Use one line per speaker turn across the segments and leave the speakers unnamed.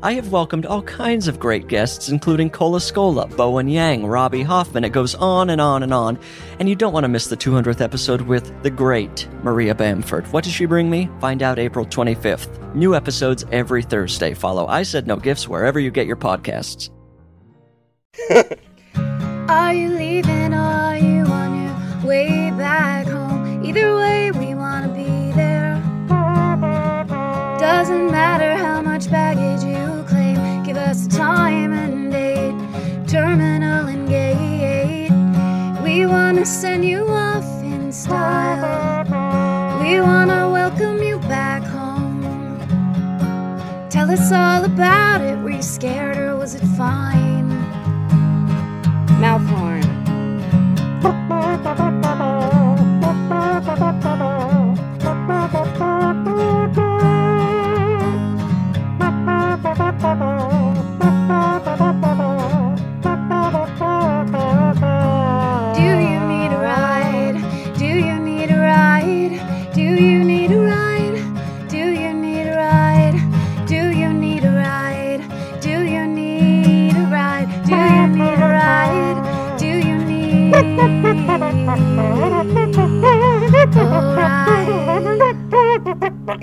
I have welcomed all kinds of great guests, including Cola Scola, Bowen Yang, Robbie Hoffman. It goes on and on and on. And you don't want to miss the 200th episode with the great Maria Bamford. What does she bring me? Find out April 25th. New episodes every Thursday. Follow I Said No Gifts wherever you get your podcasts.
Are you leaving? Are you on your way back home? Either way, we wanna be there. Doesn't matter how much baggage you claim, give us a time and date, terminal and gate. We wanna send you off in style. We wanna welcome you back home. Tell us all about it. Were you scared or was it fine? Mouth horn. Do you need a ride? Do you need a ride? Do you need a ride? Do you need a ride? Do you need a ride? Do you need a ride? Do you need a ride? Do you need a ride?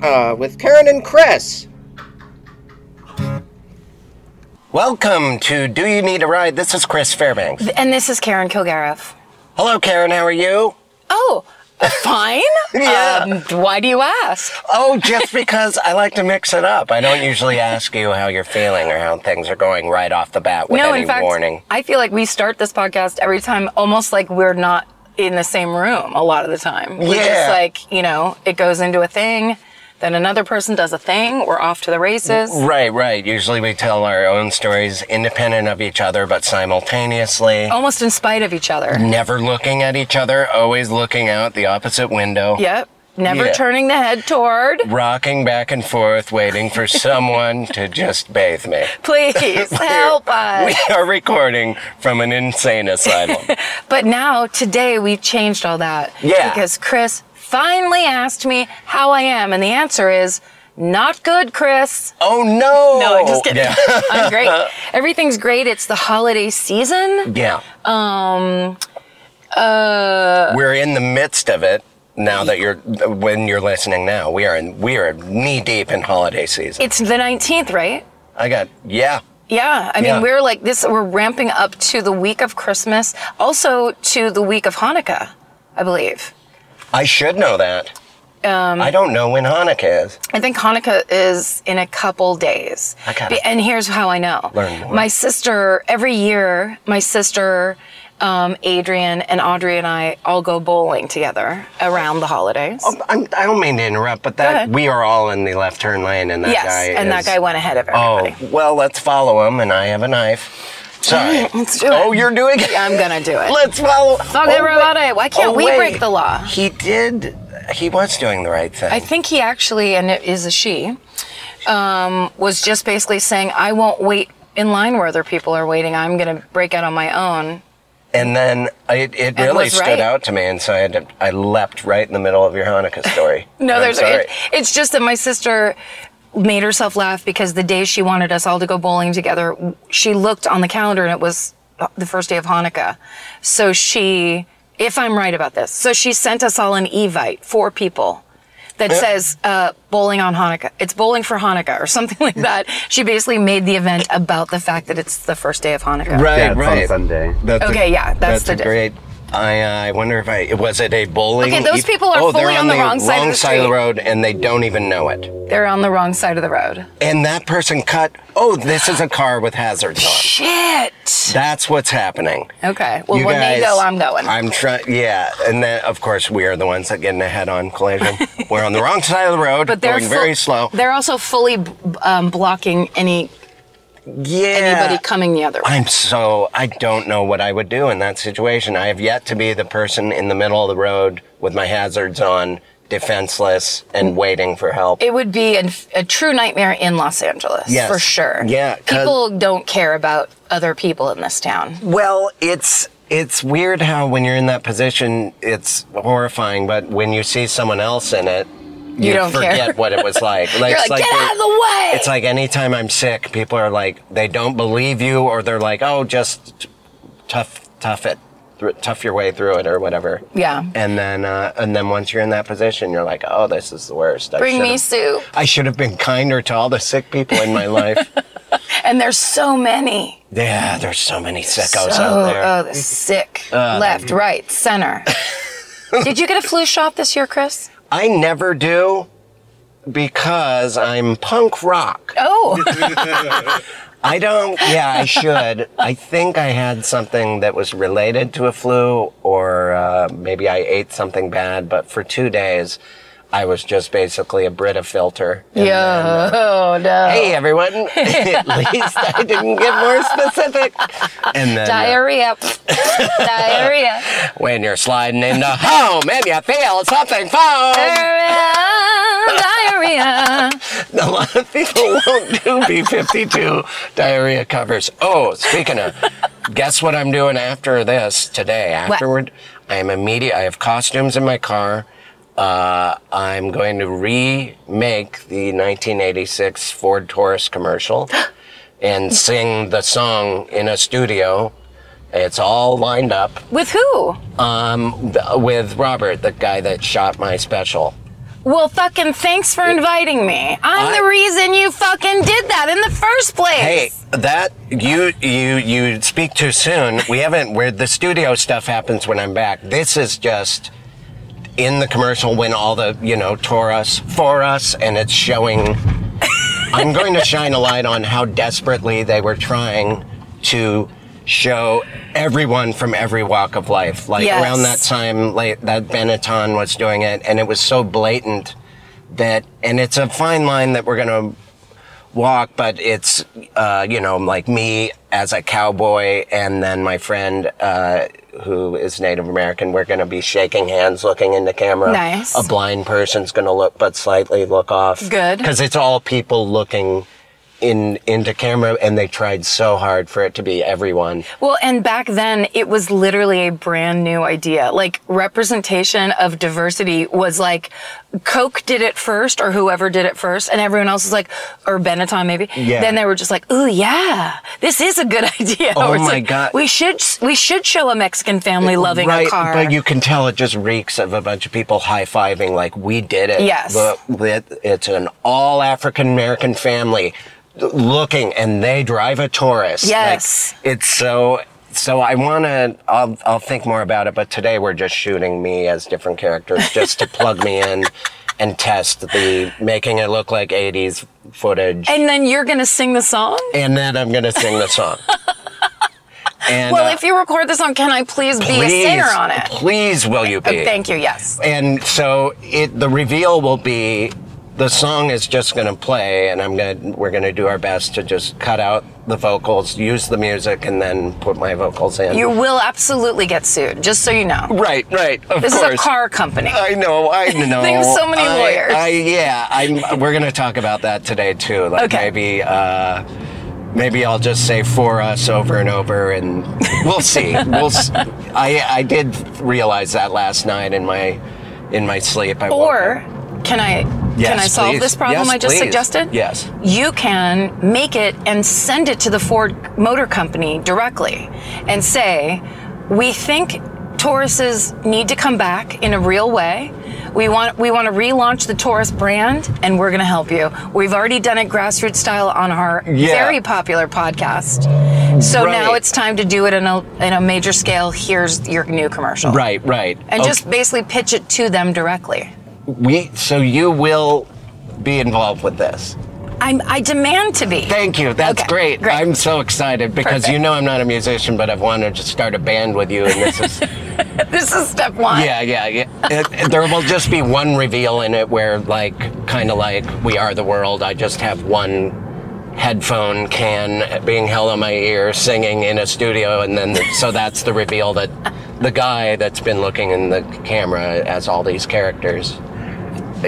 uh, with Karen and Chris. Welcome to Do You Need a Ride? This is Chris Fairbanks.
And this is Karen Kilgariff.
Hello, Karen. How are you?
Oh, fine.
Yeah.
Um, why do you ask?
Oh, just because I like to mix it up. I don't usually ask you how you're feeling or how things are going right off the bat with
no,
any
in fact,
warning.
I feel like we start this podcast every time almost like we're not in the same room a lot of the time. We're
Yeah.
just like, you know, it goes into a thing, then another person does a thing, we're off to the races.
Right, right. Usually we tell our own stories independent of each other, but simultaneously.
Almost in spite of each other.
Never looking at each other, always looking out the opposite window.
Yep. Never
Yeah.
turning the head toward.
Rocking back and forth, waiting for someone to just bathe me.
Please help us.
We are recording from an insane asylum.
But now, today, we've changed all that.
Yeah.
Because Chris finally asked me how I am, and the answer is not good, Chris.
oh no!
No, I'm just kidding.
Yeah.
I'm great. Everything's great. It's the holiday season.
yeah.
Um, uh,
We're in the midst of it now that you're when you're listening now. We are in we are knee deep in holiday season.
it's the 19th, right?
I got yeah.
Yeah, I mean,
Yeah.
we're like this, we're ramping up to the week of Christmas, also to the week of Hanukkah, I believe.
I should know that. Um, I don't know when Hanukkah is.
I think Hanukkah is in a couple days.
I gotta
Be- and here's how I know.
learn more.
My sister, every year, my sister, um, Adrian, and Audrey and I all go bowling together around the holidays.
I'm, I don't mean to interrupt, but that
ahead.
we are all in the left turn lane, and that
yes,
guy
and that
is-
guy went ahead of
Oh
everybody.
well, let's follow him, and I have a knife. Sorry.
Let's do it.
Oh, you're doing it.
I'm gonna do it.
Let's follow.
Fuck
oh,
everybody.
wait.
Why can't
Oh,
we
wait.
break the law?
He did. He was doing the right thing.
I think he actually, and it is a she, um, was just basically saying, I won't wait in line where other people are waiting. I'm gonna break out on my own.
and then it, it really
was
stood
right.
out to me, and so I had to, I leapt right in the middle of your Hanukkah story.
No,
I'm
there's
sorry.
it, it's just that my sister made herself laugh because the day she wanted us all to go bowling together, she looked on the calendar and it was the first day of Hanukkah. So she, if I'm right about this, so she sent us all an evite, four people. That says uh, bowling on Hanukkah. It's bowling for Hanukkah or something like that. She basically made the event about the fact that it's the first day of Hanukkah.
Right,
Yeah, it's on
right.
Sunday.
That's a-
Okay, yeah, that's the
a
diff-
great. I, uh, I wonder if I was it a bowling.
Okay, those
eve-
people are
oh, they're
fully on
on,
the wrong side of the
side of the
street.
road, and they don't even know it.
They're on the wrong side of the road.
And that person cut. Oh, this is a car with hazards on.
Shit.
That's what's happening.
Okay. Well,
You
when
guys,
they go, I'm going.
I'm trying. Yeah, and then of course we are the ones that get in a head-on collision. We're on the wrong side of the road,
but they're
going
full-
very slow.
They're also fully b- um, blocking any
Yeah.
anybody coming the other way.
I'm so I don't know what I would do in that situation. I have yet to be the person in the middle of the road with my hazards on defenseless and waiting for help.
It would be a, a true nightmare in Los Angeles,
Yes.
for sure.
Yeah, 'cause-
People don't care about other people in this town.
Well, it's it's weird how when you're in that position, it's horrifying. But when you see someone else in it, you,
don't care.
forget what it was like. like
You're
it's
like, get
they-
out of the way!
It's like anytime I'm sick, people are like they don't believe you, or they're like, oh, just tough, tough it, thr- tough your way through it, or whatever.
Yeah.
And then uh, and then once you're in that position, you're like, oh, this is the worst. I
Bring me
should've-
soup.
I should have been kinder to all the sick people in my life.
And there's so many.
yeah, there's so many sickos
oh,
out there. Uh,
oh, the sick. Left, right, center. Did you get a flu shot this year, Chris?
I never do because I'm punk rock.
Oh,
I don't, yeah, I should. I think I had something that was related to a flu, or uh, maybe I ate something bad, but for two days, I was just basically a Brita filter. And then,
yeah. Oh, no.
hey, everyone. At least I didn't get more specific. And then, uh,
Diarrhea. Diarrhea.
when you're sliding into home and you feel something foam.
Diarrhea.
A lot of people won't do B52 diarrhea covers. Oh, speaking of, guess what I'm doing after this today? Afterward, I am immediate. I have costumes in my car. Uh, I'm going to remake the 1986 Ford Taurus commercial and sing the song in a studio. It's all lined up
With who?
um, th- with Robert, the guy that shot my special.
Well, fucking thanks for inviting me. I'm
I-
the reason you fucking did that in the first place.
Hey, that you you you speak too soon. We haven't where the studio stuff happens when I'm back. This is just in the commercial when all the you know tore us for us, and it's showing. I'm going to shine a light on how desperately they were trying to show everyone from every walk of life. Like
Yes.
around that time, like that Benetton was doing it, and it was so blatant that, and it's a fine line that we're going to walk, but it's, uh, you know, like me as a cowboy and then my friend, uh, who is Native American, we're going to be shaking hands, looking into camera.
Nice.
A blind person's going to look, but slightly look off.
Good.
Because it's all people looking in into camera, and they tried so hard for it to be everyone.
Well, and back then it was literally a brand new idea. Like representation of diversity was like Coke did it first or whoever did it first and everyone else was like, or Benetton maybe.
Yeah.
Then they were just like, ooh yeah, this is a good idea.
Oh
Or it's
my
like,
God.
We should, we should show a Mexican family loving
right,
a car.
but you can tell it just reeks of a bunch of people high fiving, like we did it.
Yes.
Look, it- it's an all African American family looking, and they drive a Taurus. Like,
Yes.
it's so. So I want to. I'll I'll think more about it. But today we're just shooting me as different characters, just to plug me in. And test the making it look like 80s footage.
and then you're going to sing the song?
and then I'm gonna sing the song. And,
Well,
uh,
if you record the song, can I please, be a singer on it?
please will you be?
Oh, Thank you. Yes.
And so it the reveal will be the song is just gonna play, and I'm gonna we're gonna do our best to just cut out the vocals, use the music, and then put my vocals in.
You will absolutely get sued, just so you know.
right, right, of
This
course.
is a car company.
I know, I know.
They have so many
I-
lawyers.
I, yeah, I'm, we're gonna talk about that today too. Like
Okay.
maybe, uh, maybe I'll just say for us over and over, and we'll see. we'll. s- I I did realize that last night in my in my sleep. I woke
Or
up.
can I can I
Yes,
solve
please.
this problem
Yes,
I just
please.
suggested?
Yes.
You can make it and send it to the Ford Motor Company directly and say, "We think Tauruses need to come back in a real way. We want we want to relaunch the Taurus brand and we're going to help you. We've already done it grassroots style on our
Yeah.
very popular podcast. So now
Right.
it's time to do it in a in a major scale. Here's your new commercial."
Right, right.
And
Okay.
just basically pitch it to them directly.
we. So you will be involved with this.
I'm, I demand to be.
Thank you. That's
Okay,
great.
great.
I'm so excited because
Perfect.
you know I'm not a musician, but I've wanted to start a band with you, and this is.
This is step one.
Yeah, yeah, yeah. It- it- there will just be one reveal in it where, like, kind of like We Are the World, I just have one headphone can being held on my ear singing in a studio, and then so that's the reveal that the guy that's been looking in the camera as all these characters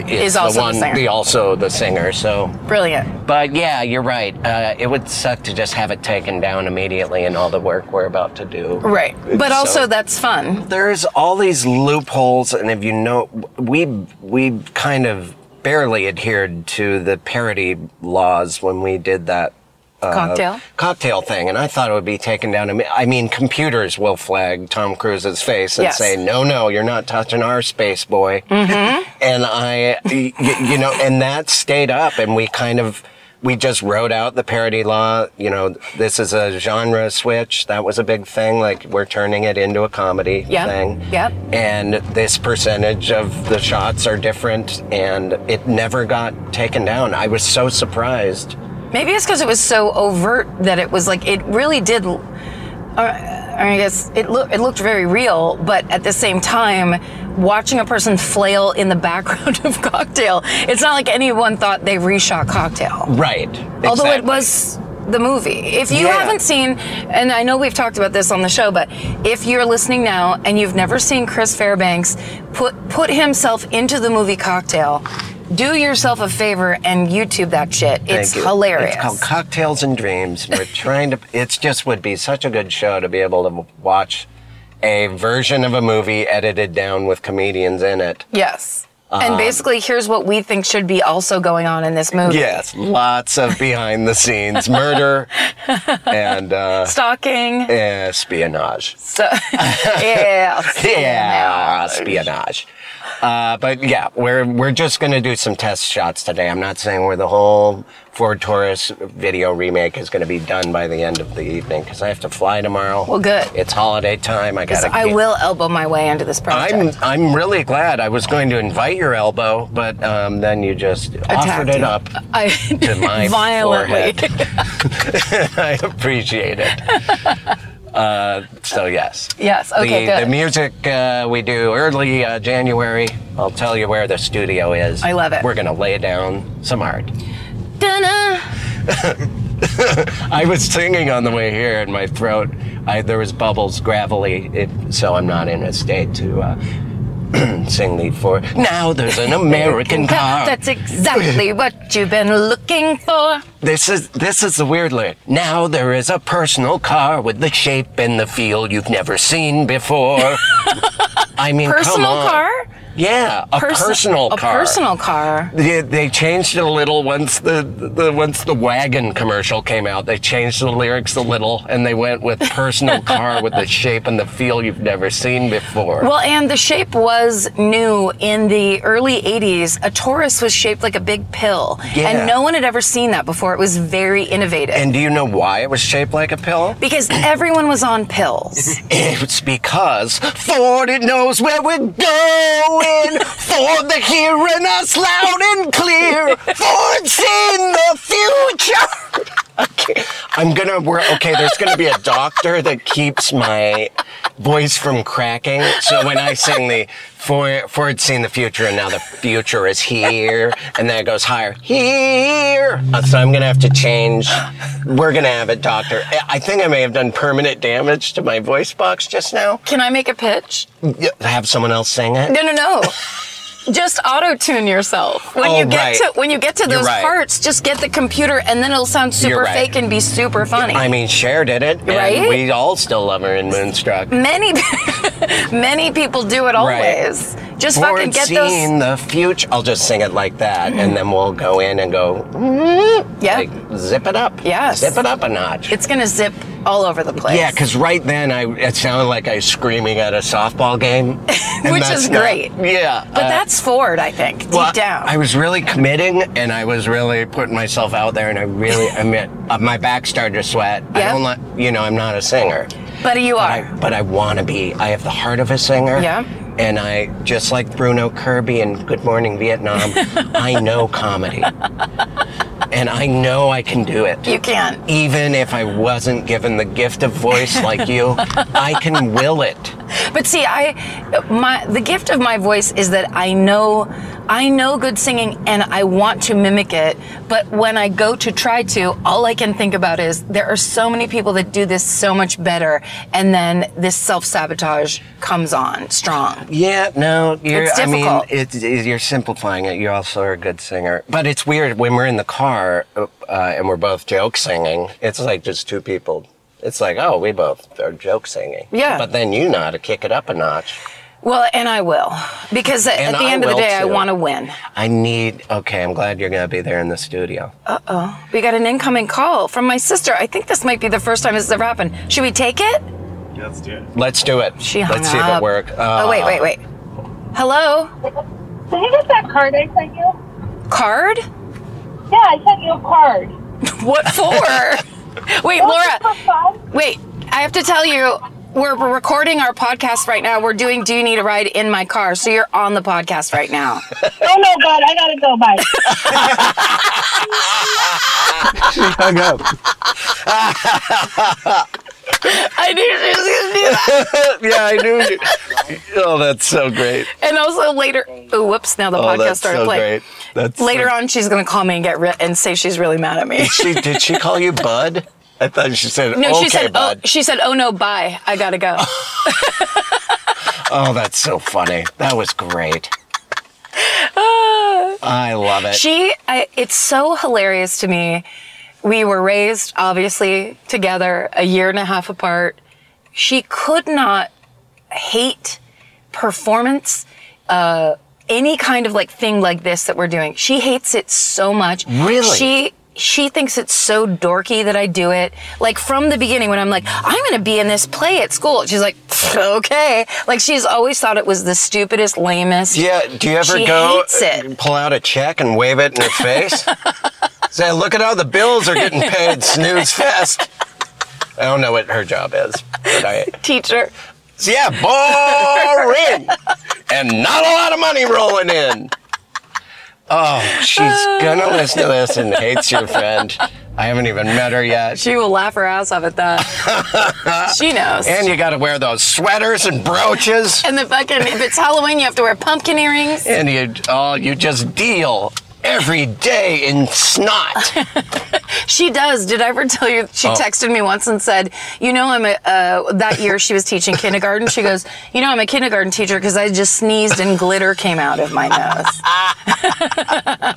Is
the
also the
one,
singer.
also the singer. So,
Brilliant.
but yeah, you're right. Uh, it would suck to just have it taken down immediately and all the work we're about to do.
Right. But
So-
also, that's fun.
there's all these loopholes, and if you know, we we kind of barely adhered to the parody laws when we did that
Cocktail.
cocktail thing, and I thought it would be taken down. imme- I mean, computers will flag Tom Cruise's face and
Yes.
say, "No, no, you're not touching our space, boy."
Mm-hmm.
and I, y- y- you know, and that stayed up, and we kind of. We just wrote out the parody law. You know, this is a genre switch. That was a big thing. Like, we're turning it into a comedy
Yep.
thing.
Yep.
And this percentage of the shots are different, and it never got taken down. I was so surprised.
Maybe it's because it was so overt that it was like it really did. l- uh, I guess it looked it looked very real, but at the same time, watching a person flail in the background of Cocktail, it's not like anyone thought they reshot Cocktail.
Right.
Although it
exactly.
was the movie. If you
Yeah.
haven't seen, and I know we've talked about this on the show, but if you're listening now and you've never seen Chris Fairbanks put put himself into the movie Cocktail, do yourself a favor and YouTube that shit. It's
Thank you.
hilarious.
It's called Cocktails and Dreams. We're trying to. It's just would be such a good show to be able to watch a version of a movie edited down with comedians in it.
Yes.
Uh-huh.
and basically, here's what we think should be also going on in this movie.
Yes, lots of behind the scenes murder and uh, eh,
Stalking.
espionage.
So, yeah.
Yeah, espionage. Uh, but yeah, we're we're just gonna do some test shots today. I'm not saying where the whole Ford Taurus video remake is gonna be done by the end of the evening because I have to fly tomorrow.
Well, good.
It's holiday time. I gotta.
I
get-
will elbow my way into this project.
I'm I'm really glad I was going to invite your elbow, but um, then you just
Attacked
offered it
you.
up
I
to my
violently.
forehead. I appreciate it. Uh, so yes.
Yes,
The-
okay,
the,
good.
music uh, we do early uh, January. I'll tell you where the studio is.
I love it.
We're gonna lay down some art.
Dunna.
I was singing on the way here, and my throat I, there was bubbles, gravelly. It, so I'm not in a state to. Uh, sing the for now there's an American car.
That's exactly what you've been looking for.
This is this is the weird lyric. Now there is a personal car with the shape and the feel you've never seen before. I mean, come
Personal
on.
car?
Yeah, a
Perso-
personal
a
car.
personal car.
They, they changed it a little once the, the once the wagon commercial came out. They changed the lyrics a little, and they went with personal car with the shape and the feel you've never seen before.
Well, and the shape was new in the early 80s. A Taurus was shaped like a big pill.
Yeah.
And no one had ever seen that before. It was very innovative.
and do you know why it was shaped like a pill?
because everyone was on pills.
It's because Ford it knows where we're going. Ford the hearing us loud and clear. Ford's in the future. Okay, I'm gonna work. Okay, there's gonna be a doctor that keeps my voice from cracking. So when I sing the Ford, Ford's seen the future, and now the future is here, and then it goes higher. Here. Uh, So I'm gonna have to change. We're gonna have it, doctor. I- I think I may have done permanent damage to my voice box just now.
Can I make a pitch?
Y- Have someone else sing it.
No, no, no. Just auto tune yourself when
Oh,
you get
right.
to when you get to
You're
those
right.
parts. Just get the computer, and then it'll sound super
right.
fake and be super funny.
I mean, Cher did it, and
Right?
we all still love her in Moonstruck.
many many people do it always. Just fucking
Ford
get those.
seen the future. I'll just sing it like that, and then we'll go in and go
Yeah,
like zip it up.
Yes.
zip it up a notch.
it's gonna zip all over the place.
yeah, because right then I it sounded like I was screaming at a softball game, and
Which
that's
is
not-
great.
Yeah, uh,
but that's Ford, I think, deep down.
I was really committing, and I was really putting myself out there, and I really, I mean, uh, my back started to sweat. I
Yep.
don't like, you know, I'm not a singer.
but you
I,
are.
but I want to be. I have the heart of a singer.
Yeah.
And I, just like Bruno Kirby in Good Morning Vietnam, I know comedy. And I know I can do it.
you can.
Even if I wasn't given the gift of voice like you, I can will it.
But But see, I my the gift of my voice is that I know I know good singing and I want to mimic it, but when I go to try to, all I can think about is there are so many people that do this so much better and then this self-sabotage comes on strong.
Yeah, no, you're.
It's
I mean,
difficult.
it's, it's- you're simplifying it. You also are a good singer, but it's weird when we're in the car uh, and we're both joke singing. It's like just two people. It's like, oh, we both are joke singing.
Yeah.
But then you know to kick it up a notch.
Well, and I will because at,
And
at the
I
end of the
will
day I
too.
want to win.
I need. Okay, I'm glad you're gonna be there in the studio.
Oh. We got an incoming call from my sister. I think this might be the first time this has ever happened. Should we take it?
Let's do it.
Let's do it.
She hung
Let's see if
up.
it Uh, works.
oh wait, wait, wait. Hello,
Did you get that card I sent you?
card?
Yeah, I sent you a card.
What for? wait, Laura.
For fun?
Wait, I have to tell you, we're we're recording our podcast right now. We're doing "Do You Need a Ride" in my car, so you're on the podcast right now.
Oh no, God, I gotta go. Bye.
Hung up.
I knew she was gonna do that.
yeah, I knew. You. oh, that's so great.
And also later, oh whoops! Now the
Oh,
podcast
that's
started
so
playing.
great. That's
Later on, she's gonna call me and get ri- and say she's really mad at me.
She did she call you Bud? I thought she said
No,
okay,
she said,
Bud.
"Oh, she said, oh no, bye, I gotta go."
Oh, that's so funny. That was great. I love it.
Ah. She, I, it's so hilarious to me. We were raised, obviously, together, a year and a half apart. She could not hate performance, uh, any kind of like thing like this that we're doing. She hates it so much.
Really?
She, she thinks it's so dorky that I do it. Like from the beginning, when I'm like, I'm going to be in this play at school. She's like, okay. Like she's always thought it was the stupidest, lamest.
yeah, do you ever
she
go uh,
hates it.
pull out a check and wave it in her face? Say, look at how the bills are getting paid, snooze fest. I don't know what her job is, but I
Teacher.
so yeah, boring, and not a lot of money rolling in. Oh, she's
Ah.
gonna listen to this and hates your friend. I haven't even met her yet.
She will laugh her ass off at that. she knows. And,
And you gotta wear those sweaters and brooches.
the fucking, if it's Halloween, you have to wear pumpkin earrings.
and you oh you just deal every day in snot.
She does. Did I ever tell you? She texted me once and said, You know, I'm a, uh, that year she was teaching kindergarten. She goes, You know, I'm a kindergarten teacher because I just sneezed and glitter came out of my nose.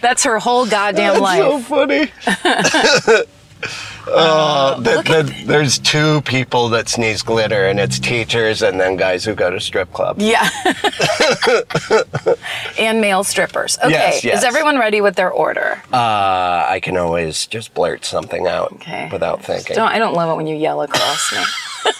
That's her whole goddamn life.
funny. Oh, the, the, there's two people that sneeze glitter, and it's teachers and then guys who go to strip clubs.
yeah. and male strippers. Okay.
Yes, yes.
Is everyone ready with their order?
Uh, I can always just blurt something out
Okay.
without thinking.
Don't, I don't love it when you yell across me.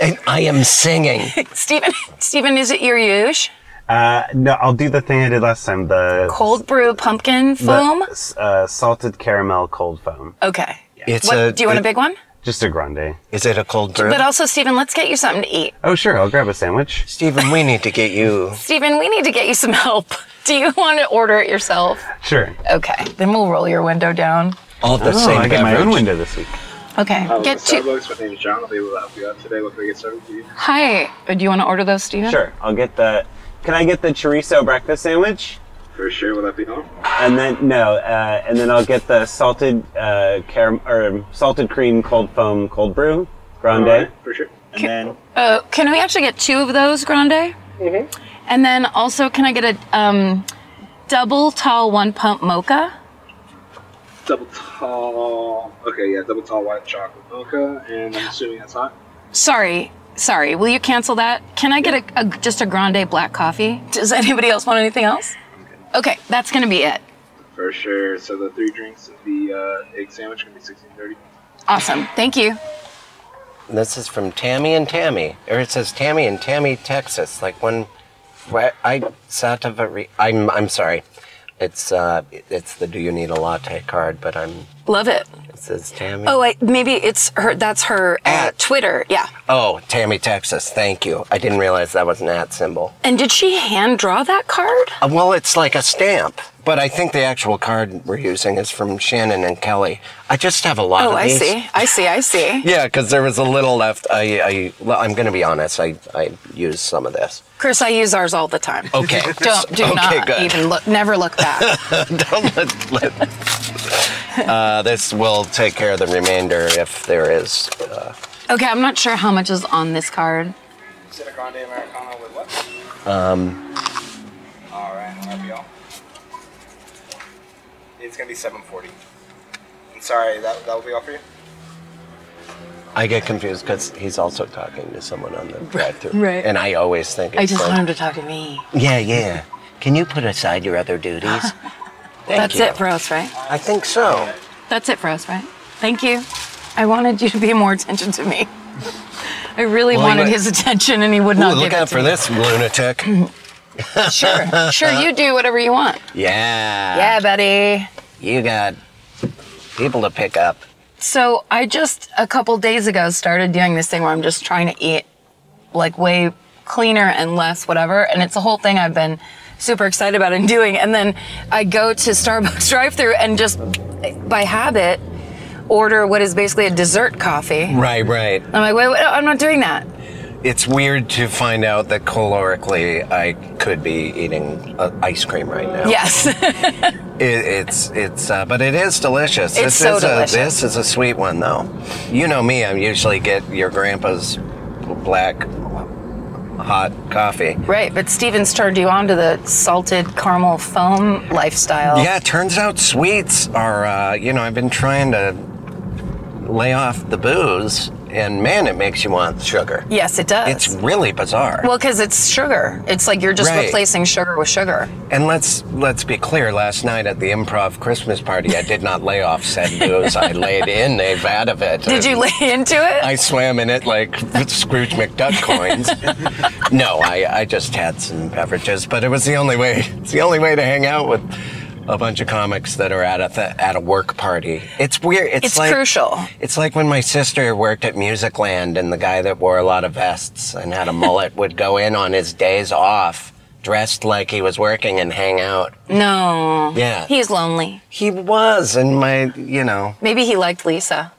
And I am singing.
Stephen, Stephen, is it your use?
Uh, no, I'll do the thing I did last time. The
Cold brew pumpkin
the,
foam?
uh, salted caramel cold foam.
Okay.
It's
What,
a,
do you want a big one?
Just a grande.
Is it a cold brew?
But also, Stephen, let's get you something to eat.
Oh sure, I'll grab a sandwich.
Stephen, we need to get you.
Stephen, we need to get you some help. Do you want to order it yourself?
Sure.
Okay. Then we'll roll your window down.
All the
Oh,
same
I get my own
beverage.
window this week.
Okay.
Oh,
get two.
Starbucks. My name is John. I'll be able to help you out today. What can I get started for you?
Hi. Uh, Do you want to order those, Stephen?
Sure. I'll get the. Can I get the chorizo breakfast sandwich?
For sure. Will that be home?
And then no, uh, and then I'll get the salted uh, caram- or salted cream cold foam cold brew grande.
For sure.
And then
Uh, can we actually get two of those, Grande? Mm-hmm. And then also, can I get a um, double tall one pump mocha?
Double tall. Okay, yeah, double tall white chocolate mocha, and I'm assuming that's hot.
Sorry, sorry. Will you cancel that? Can I get a, a just a grande black coffee? Does anybody else want anything else? Okay, that's gonna be it.
For sure. So the three drinks and the uh, egg sandwich can be sixteen thirty.
Awesome. Thank you.
This is from Tammy and Tammy, or it says Tammy and Tammy, Texas. Like when where I Satavari. I'm I'm sorry. It's uh, it's the Do You Need a Latte card, but I'm.
Love it.
It says Tammy.
Oh, wait, maybe it's her. That's her uh,
At.
Twitter. Yeah.
Oh, Tammy, Texas. Thank you. I didn't realize that was an at symbol.
And did she hand draw that card?
Uh, well, it's like a stamp. But I think the actual card we're using is from Shannon and Kelly. I just have a lot
Oh,
of
I
these.
see. I see. I see.
Yeah, because there was a little left. I, I, well, I'm going to be honest. I, I used some of this.
Chris, I use ours all the time.
Okay.
Don't do
Oh, okay,
not
good.
even look. Never look back.
Don't let, let, uh, this will take care of the remainder if there is. Uh,
okay, I'm not sure how much is on this card.
Is it a grande americano with what?
um,
All right, that'll be all. It's gonna be 7:40. I'm sorry. That that will be all for you.
I get confused because he's also talking to someone on the drive-through,
Right.
and I always think.
I
it's
just
like,
want him to talk to me.
Yeah, yeah. Can you put aside your other duties? Thank
That's
you.
it for us, right?
I think so.
That's it for us, right? Thank you. I wanted you to pay more attention to me. I really
Well, you
wanted
might-
his attention, and he would not
Ooh, look
give it
out
to
for
me. Mm-hmm.
this lunatic.
Sure, sure. You do whatever you want.
yeah.
Yeah, buddy.
You got people to pick up.
So I just a couple days ago started doing this thing where I'm just trying to eat like way cleaner and less whatever, and it's a whole thing I've been super excited about and doing. And then I go to Starbucks drive-through and just by habit order what is basically a dessert coffee.
Right, right.
I'm like, wait, wait, no, I'm not doing that.
It's weird to find out that calorically I could be eating uh, ice cream right now.
Yes.
It, it's it's uh, but it is delicious.
It's so
is
delicious.
A, this is a sweet one though. You know me, I usually get your grandpa's black hot coffee.
right, but Stevens turned you on to the salted caramel foam lifestyle.
Yeah, it turns out sweets are, uh, you know, I've been trying to lay off the booze, and man, it makes you want sugar.
Yes, it does.
It's really bizarre.
well, because it's sugar. It's like you're just
Right.
replacing sugar with sugar.
and let's let's be clear. Last night at the improv Christmas party, I did not lay off said booze. I laid in a vat of it.
Did you
And
lay into it?
I swam in it like Scrooge McDuck coins. no, I, I just had some beverages, but it was the only way. It's the only way to hang out with a bunch of comics that are at a th- at a work party. It's weird. It's,
it's
like,
crucial.
It's like when my sister worked at Musicland, and the guy that wore a lot of vests and had a mullet would go in on his days off, dressed like he was working, and hang out.
No.
Yeah.
He's lonely.
He was, and my, you know.
Maybe he liked Lisa.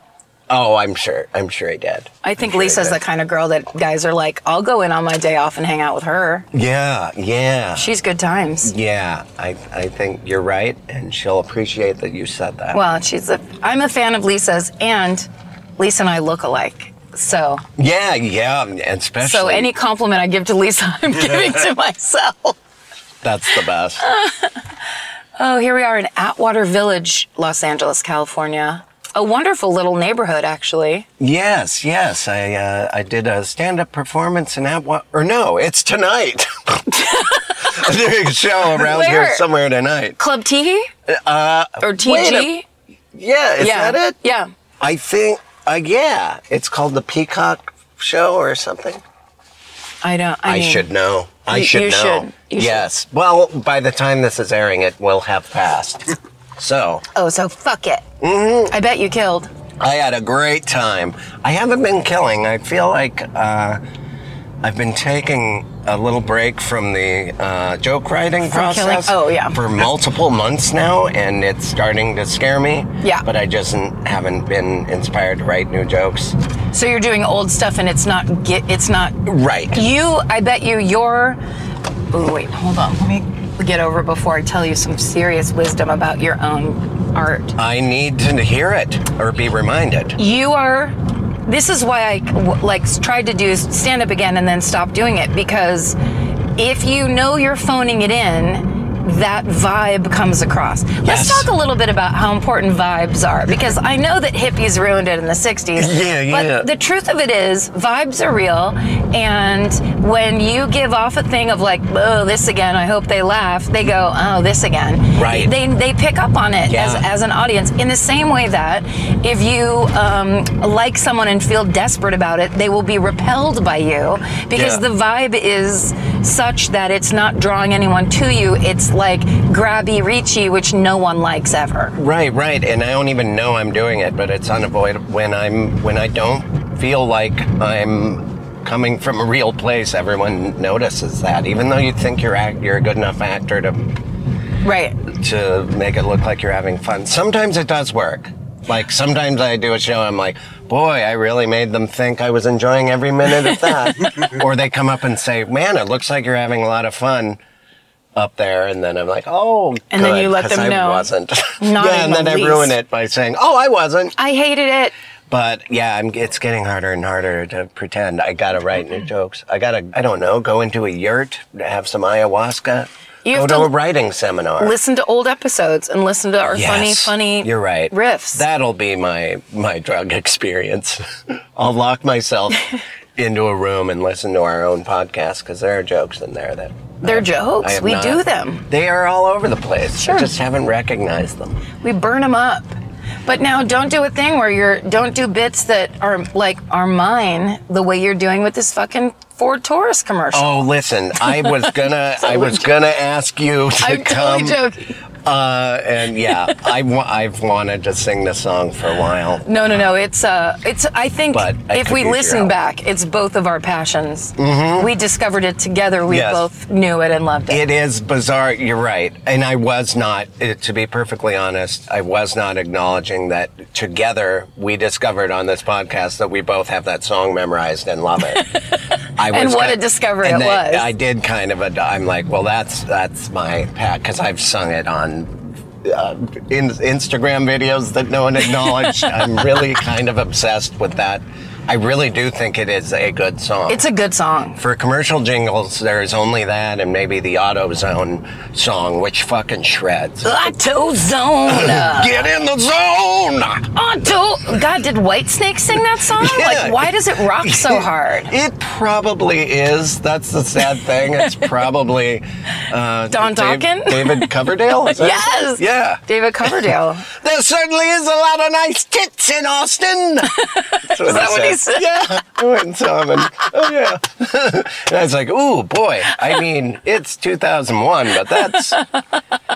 Oh, I'm sure. I'm sure he did.
I think Lisa's the kind of girl that guys are like, I'll go in on my day off and hang out with her.
Yeah, yeah.
She's good times.
Yeah, I, I think you're right, and she'll appreciate that you said that.
Well, she's a. I'm a fan of Lisa's, and Lisa and I look alike. So,
yeah, yeah, and especially.
so any compliment I give to Lisa, I'm giving to myself.
That's the best.
Oh, here we are in Atwater Village, Los Angeles, California. A wonderful little neighborhood, actually.
yes, yes. I uh, I did a stand up performance in Atwa Or no, it's tonight. I'm doing a show around here
Where?
somewhere tonight.
Club Teehee?
Uh,
Or
wait a-
TG?
yeah, is
yeah.
that it?
Yeah.
I think, uh, yeah. It's called The Peacock Show or something.
I don't. I,
I
mean,
should know. I
You-
should
you
know.
should. You should.
yes. Well, by the time this is airing, it will have passed. so
Oh, so fuck it.
Mm-hmm.
I bet you killed.
I had a great time. I haven't been killing. I feel like uh, I've been taking a little break from the uh, joke writing
killing?
process.
Oh, yeah.
For multiple months now, and it's starting to scare me.
Yeah.
But I just n- haven't been inspired to write new jokes.
So you're doing old stuff, and it's not. Get, it's not.
Right.
You. I bet you. Your. Oh wait, hold on. Let me get over before I tell you some serious wisdom about your own art.
I need to hear it or be reminded.
you are this is why i w- like tried to do stand up again and then stop doing it because if you know you're phoning it in that vibe comes across. Let's
Yes.
talk a little bit about how important vibes are because I know that hippies ruined it in the 60s.
Yeah, yeah.
But the truth of it is, vibes are real. And when you give off a thing of like, oh, this again, I hope they laugh, they go, oh, this again.
Right.
They, they pick up on it as,
Yeah.
as an audience in the same way that if you um, like someone and feel desperate about it they will be repelled by you because the
Yeah.
vibe is such that it's not drawing anyone to you it's like grabby reachy which no one likes ever
Right, right, and I don't even know I'm doing it, but it's unavoidable when I'm when I don't feel like I'm coming from a real place. Everyone notices that, even though you think you're act, you're a good enough actor to
Right.
to make it look like you're having fun. Sometimes it does work. Like sometimes I do a show, I'm like, boy, I really made them think I was enjoying every minute of that. or they come up and say, man, it looks like you're having a lot of fun up there. And then I'm like, oh,
And then
good,
you let
'cause
them
I
know.
wasn't.
Not in
yeah, and
the
then I
least.
ruin it by saying, oh, I wasn't.
I hated it.
But yeah, I'm, it's getting harder and harder to pretend. I gotta write new jokes. I gotta, I don't know, go into a yurt, have some ayahuasca,
You
go
have
to,
to
a writing seminar.
Listen to old episodes and listen to our funny,
Yes,
funny.
You're right.
riffs.
That'll be my my drug experience. I'll lock myself into a room and listen to our own podcast because there are jokes in there that
They're
I
jokes.
have
We
not-
do them.
They are all over the place. I just haven't recognized them.
We burn them up. But now don't do a thing where you're don't do bits that are like are mine the way you're doing with this fucking Ford Taurus commercial.
Oh, listen, I was gonna I was gonna ask you to
I'm
come.
totally joking.
Uh, and yeah, I wa- I've wanted to sing this song for a while.
No, no, no. It's uh, it's. I think
But I
if
could
we
use your
listen
help.
back, it's both of our passions. We discovered it together. We
Yes.
both knew it and loved it.
It is bizarre. You're right. And I was not, eh, to be perfectly honest, I was not acknowledging that together we discovered on this podcast that we both have that song memorized and love it. I was
And what
ki-
a discovery
and
it
that-
was.
I did kind of a. I'm like, well, that's that's my pat because I've sung it on uh, in, Instagram videos that no one acknowledged. I'm really kind of obsessed with that. I really do think it is a good song
It's a good song.
for commercial jingles, there's only that and maybe the AutoZone song, which fucking shreds.
Auto Zone.
Get in the zone!
Auto. God, did White Snake sing that song?
Yeah.
Like, why does it rock so hard?
It probably is. That's the sad thing. It's probably uh,
Don Dokken?
David Coverdale. Is that-
Yes.
Yeah.
David Coverdale.
There certainly is a lot of nice tits in Austin. That's what
that what he said?
Yeah. I went and saw him and, oh yeah. and I was like, ooh, boy. I mean, it's 2001, but that's,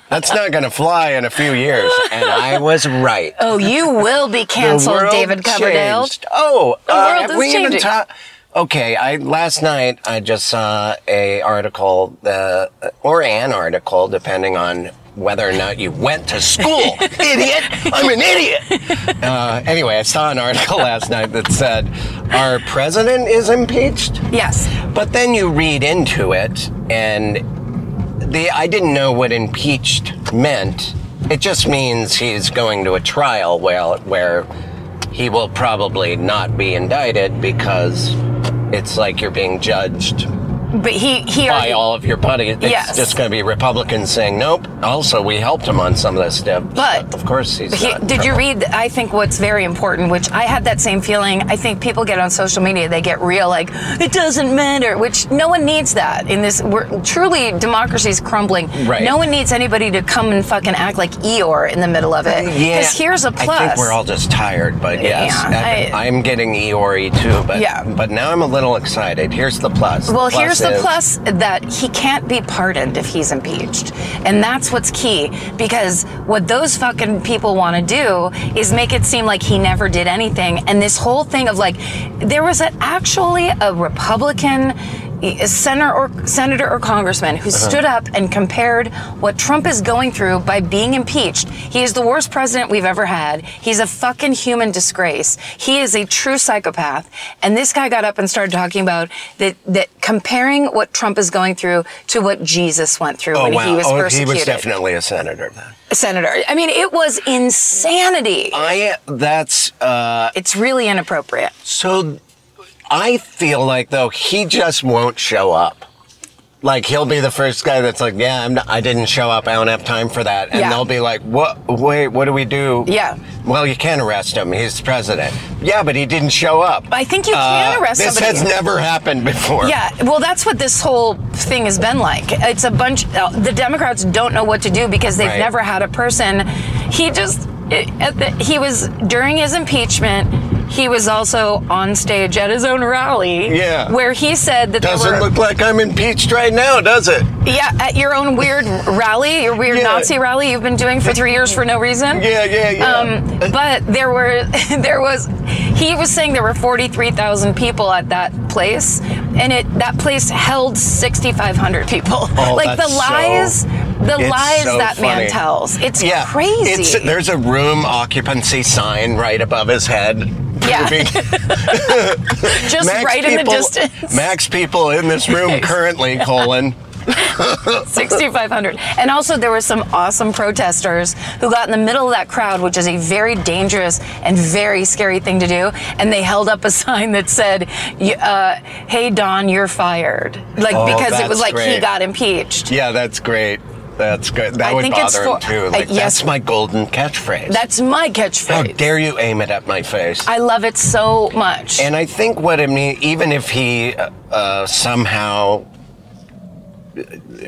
that's not going to fly in a few years. And I was right.
oh, you will be canceled, David Coverdale.
changed. Oh,
The
uh,
world
have
is
we even
changing.
talked? Okay, I last night I just saw a article, uh, or an article, depending on whether or not you went to school. idiot! I'm an idiot. Uh, anyway, I saw an article last night that said our president is impeached.
Yes.
But then you read into it, and the I didn't know what impeached meant. It just means he's going to a trial where where he will probably not be indicted because it's like you're being judged
But he he
by
already-
all of your buddies. It's
Yes.
just going to be Republicans saying, "Nope." Also, we helped him on some of this stuff.
But-
of course he's.
He-
not in
did you
trouble.
read? I think what's very important, which I had that same feeling. I think people get on social media, they get real, like it doesn't matter, which no one needs that in this. We're, truly, democracy's crumbling.
Right.
No one needs anybody to come and fucking act like Eeyore in the middle of it.
Yeah.
Because here's a plus.
I think we're all just tired, but yes,
Yeah, I-
I, am getting Eeyore too. But
Yeah.
but now I'm a little excited. Here's the plus.
Well, here's the
is-
plus that he can't be pardoned if he's impeached. And that's what's key because what those fucking people want to do is make it seem like he never did anything. And this whole thing of like, there was a, actually a Republican eh, senator or senator or congressman who
Uh-huh.
stood up and compared what Trump is going through by being impeached. He is the worst president we've ever had. He's a fucking human disgrace. He is a true psychopath. And this guy got up and started talking about that that comparing what Trump is going through to what Jesus went through
Oh
when
wow!
he was
oh, he
persecuted.
was definitely a senator. Then.
Senator. I mean, it was insanity.
I that's uh,
It's really inappropriate.
so. I feel like though he just won't show up. Like he'll be the first guy that's like, yeah, I'm not, I didn't show up. I don't have time for that. And
Yeah.
they'll be like, what? Wait, what do we do?
Yeah.
Well, you can't arrest him. He's president. Yeah, but he didn't show up.
I think you can
Uh,
arrest
this
somebody.
has never happened before.
Yeah, well, that's what this whole thing has been like. It's a bunch. uh, The Democrats don't know what to do because they've
Right.
never had a person. He just it- at the, he was during his impeachment. He was also on stage at his own rally.
Yeah.
Where he said that there
Doesn't
were,
look like I'm impeached right now, does it?
yeah at your own weird rally, your weird
Yeah.
Nazi rally you've been doing for three years for no reason.
Yeah, yeah, yeah.
Um, but there were, there was, he was saying there were 43,000 people at that place. and it that place held 6,500 people.
Oh,
like
that's
the
so-
lies, the
it's
lies
so
that
funny.
man tells. It's
Yeah,
crazy.
It's, there's a room occupancy sign right above his head.
Yeah.
proving-
just
Max
right in the
people-
distance.
Max people in this room currently, colon.
6,500. And also, there were some awesome protesters who got in the middle of that crowd, which is a very dangerous and very scary thing to do. And they held up a sign that said, y- uh, Hey, Don, you're fired. Like,
Oh,
because it
that's
was like he
great.
got impeached.
Yeah, that's great. That's good. That
I
would
think it's
bother
for-
him too.
I-
Like,
yes.
that's my golden catchphrase.
That's
Oh,
my
How
catchphrase.
dare you aim it at my face?
I love it so much.
And I think what I mean, even if he uh, uh, somehow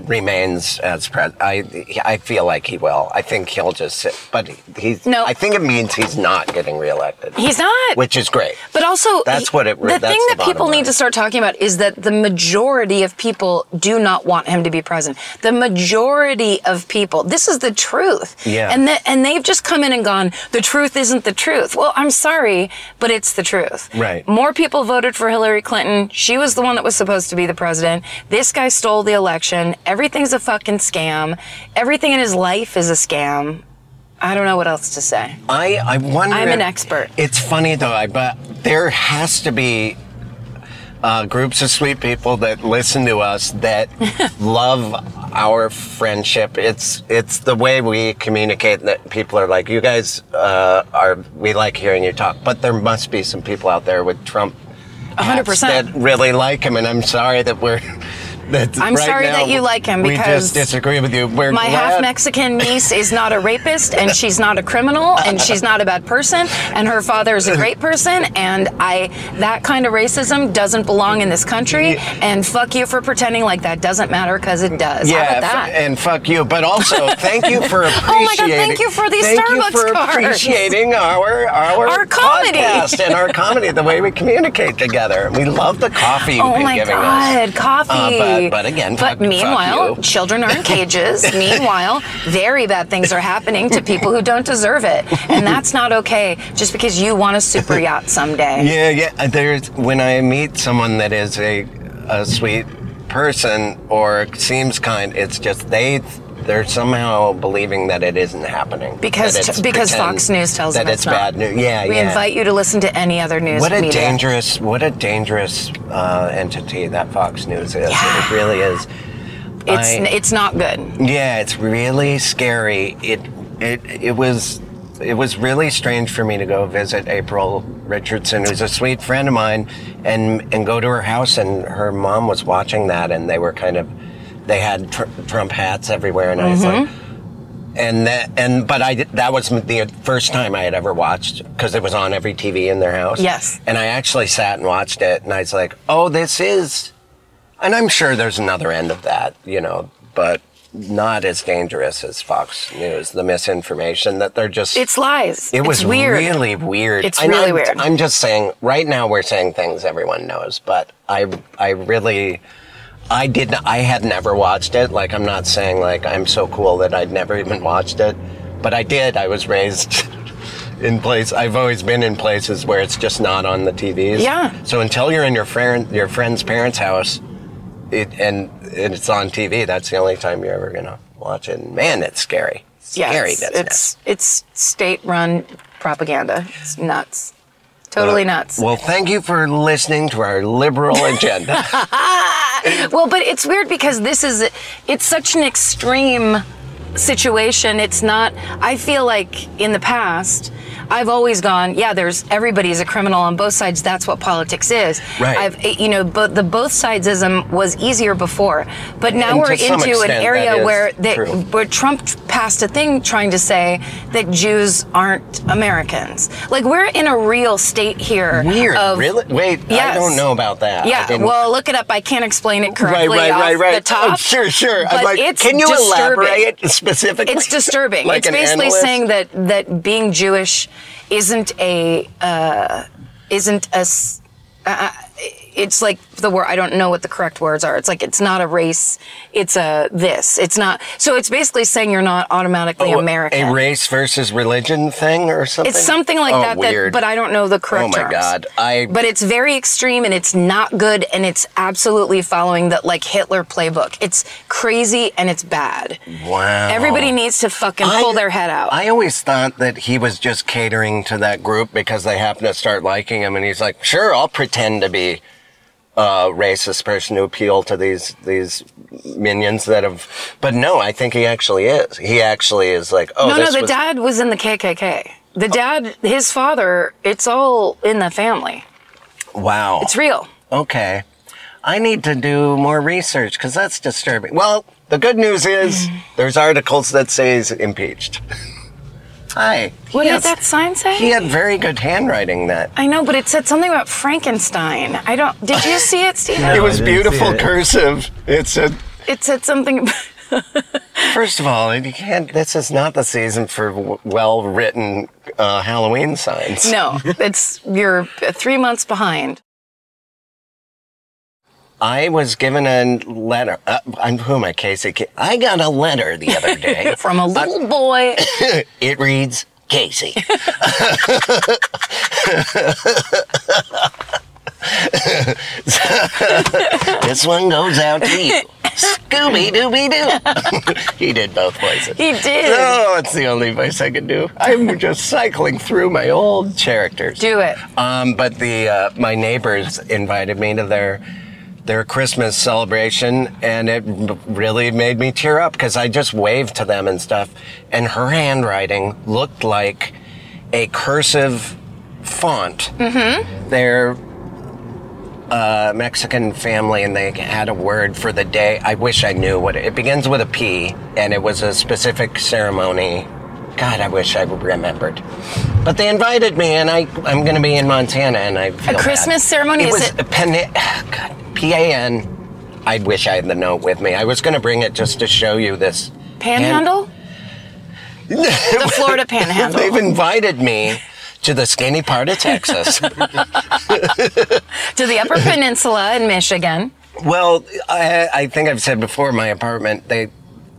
remains as president, I I feel like he will. I think he'll just sit. But he's.
No.
I think it means he's not getting reelected.
He's not.
Which is great.
But also,
That's what it-
The
that's
thing
the
that people
bottom line.
need to start talking about is that the majority of people do not want him to be president. The majority of people. This is the truth.
Yeah.
And the, and they've just come in and gone. The truth isn't the truth. Well, I'm sorry, but it's the truth.
Right.
More people voted for Hillary Clinton. She was the one that was supposed to be the president. This guy stole the election. Everything's a fucking scam. Everything in his life is a scam. I don't know what else to say.
I I wonder.
I'm an
if-
expert.
It's funny though. I but there has to be. Uh, groups of sweet people that listen to us that love our friendship. It's it's the way we communicate that people are like, you guys uh, are we like hearing you talk, but there must be some people out there with Trump hats
100%.
that really like him, and I'm sorry that we're. That
I'm
right
sorry
now
that you like him
we
because
just disagree with you. We're
My
glad-
half Mexican niece is not a rapist, and she's not a criminal, and she's not a bad person, and her father is a great person, and I that kind of racism doesn't belong in this country, and fuck you for pretending like that doesn't matter because it does. How about
f- eh,
that? Oh
and fuck you. But also, thank you for appreciating.
my God, thank you for these
thank
Starbucks
you for
cards.
appreciating our our,
Our comedy.
podcast and our comedy, the way we communicate together. We love the coffee you've
Oh
been
my
giving us.
God, coffee.
Uh, but- but again, fuck-
but
fuck
meanwhile,
you.
children are in cages. meanwhile, very bad things are happening to people who don't deserve it, and that's not okay. Just because you want a super yacht someday.
Yeah, yeah. uh, There's when I meet someone that is a a sweet person or seems kind, it's just they. They're somehow believing that it isn't happening
Because-
That it's
because
pretend-
Fox News tells
that
them
it's
it's not.
bad news. Yeah,
We
yeah.
invite you to listen to any other news
What a
media.
dangerous, what a dangerous uh, entity that Fox News is. It really is.
It's
I-
it's not good.
Yeah, it's really scary. It it it was it was really strange for me to go visit April Richardson, who's a sweet friend of mine, and and go to her house, and her mom was watching that, and they were kind of they had tr- Trump hats everywhere, and I was like. And that, and but I did- that was the first time I had ever watched because it was on every TV in their house.
Yes.
And I actually sat and watched it, and I was like, "Oh, this is and I'm sure there's another end of that, you know, but not as dangerous as Fox News. The misinformation that they're just.
It's lies.
it was
it's weird.
really weird.
It's
And
really
I'm,
weird.
I'm just saying, right now we're saying things everyone knows, but I, I really. I did. not I had never watched it. Like I'm not saying like I'm so cool that I'd never even watched it, but I did. I was raised in place. I've always been in places where it's just not on the TVs.
Yeah.
So until you're in your friend your friend's parents' house, it and it's on TV. That's the only time you're ever gonna watch it. And man, it's scary.
yeah,
Scary.
it's,
that's
it's it's state-run propaganda. It's nuts. Totally nuts.
Uh, Well, thank you for listening to our liberal agenda.
Well, but it's weird because this is it's such an extreme situation. It's not I feel like in the past I've always gone, yeah, there's everybody's a criminal on both sides. That's what politics is.
Right.
I've eh, you know, but the both sidesism was easier before. But now
And
we're
to some
into an
extent, that
area
is
where they,
true.
where Trump t- passed a thing trying to say that Jews aren't Americans. Like we're in a real state here.
Weird.
Of,
really? Wait, I
Yes.
don't know about that. I
Yeah,
didn't-
well, look it up. I can't explain it
Right,
correctly
right,
off
right, right.
the top.
Oh, sure, sure. I'm
but
like,
it's
can you
disturbing.
elaborate specifically?
It's disturbing.
Like
it's
an
basically
analyst?
saying that that being Jewish isn't a uh, isn't a s- uh, it's like the word I don't know what the correct words are. It's like it's not a race. It's a this. It's not. So it's basically saying you're not automatically
Oh,
American.
A race versus religion thing or something?
It's something like
Oh,
that,
weird.
that. But I don't know the correct.
Oh my
terms.
God. I
But it's very extreme and it's not good and it's absolutely following that like Hitler playbook. It's crazy and it's bad.
wow.
Everybody needs to fucking pull
I-
their head out.
I always thought that he was just catering to that group because they happen to start liking him, and he's like, "Sure, I'll pretend to be a racist person to appeal to these these minions that have." But no, I think he actually is. He actually is like, "Oh,
no,
this
no, the
was- Oh.
dad was in the KKK. The dad, his father, it's all in the family.
wow,
It's real.
okay." I need to do more research because that's disturbing. Well, the good news is
Hmm.
there's articles that say he's impeached. Hi.
What
Yes.
did that sign say?
He had very good handwriting. That
I know, but it said something about Frankenstein. I don't. Did you see it, Stephen?
it was
I didn't see
beautiful
it.
cursive. It said,
It said something.
first of all, you can't. This is not the season for w- well-written uh, Halloween signs.
no, it's you're three months behind.
I was given a letter. Uh, I'm who am I, Casey? Ca- I got a letter the other day.
From a little boy.
it reads, Casey. this one goes out to you. Scooby Dooby Doo. he did both voices.
He did.
Oh, it's the only voice I can do. I'm just cycling through my old characters.
Do it.
Um, but the uh, my neighbors invited me to their their Christmas celebration, and it r- really made me tear up because I just waved to them and stuff, and her handwriting looked like a cursive font. Mm-hmm. They're a Mexican family, and they had a word for the day. I wish I knew what it, it begins with a P, and it was a specific ceremony. God, I wish I remembered. But they invited me, and I I'm going to be in Montana, and I feel bad.
Christmas ceremony?
It
Is
was
it-
a pen- God, P A N. I wish I had the note with me. I was going to bring it just to show you this.
Panhandle? the Florida Panhandle.
They've invited me to the skinny part of Texas.
to the Upper Peninsula in Michigan.
Well, I, I think I've said before my apartment. They,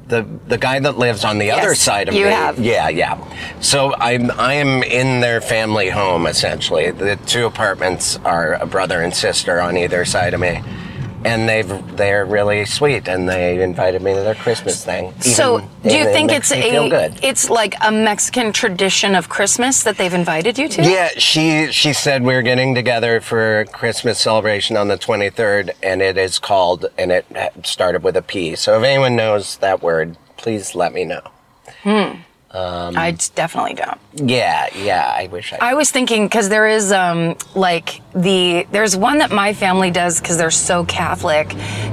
the the guy that lives on the other side of
you
me.
have.
Yeah, yeah. So I'm I am in their family home essentially. The two apartments are a brother and sister on either side of me, and they've they're really sweet, and they invited me to their Christmas thing.
so,
Even-
do you
Mm-hmm. and it
think
makes
it's
me feel
a
good.
it's like a Mexican tradition of Christmas that they've invited you to?
Yeah, she she said we're getting together for Christmas celebration on the 23rd, and it is called, and it started with a P. So if anyone knows that word, please let me know.
I d- definitely don't.
Yeah, yeah, I wish I.
I was thinking because there is um, like the there's one that my family does because they're so Catholic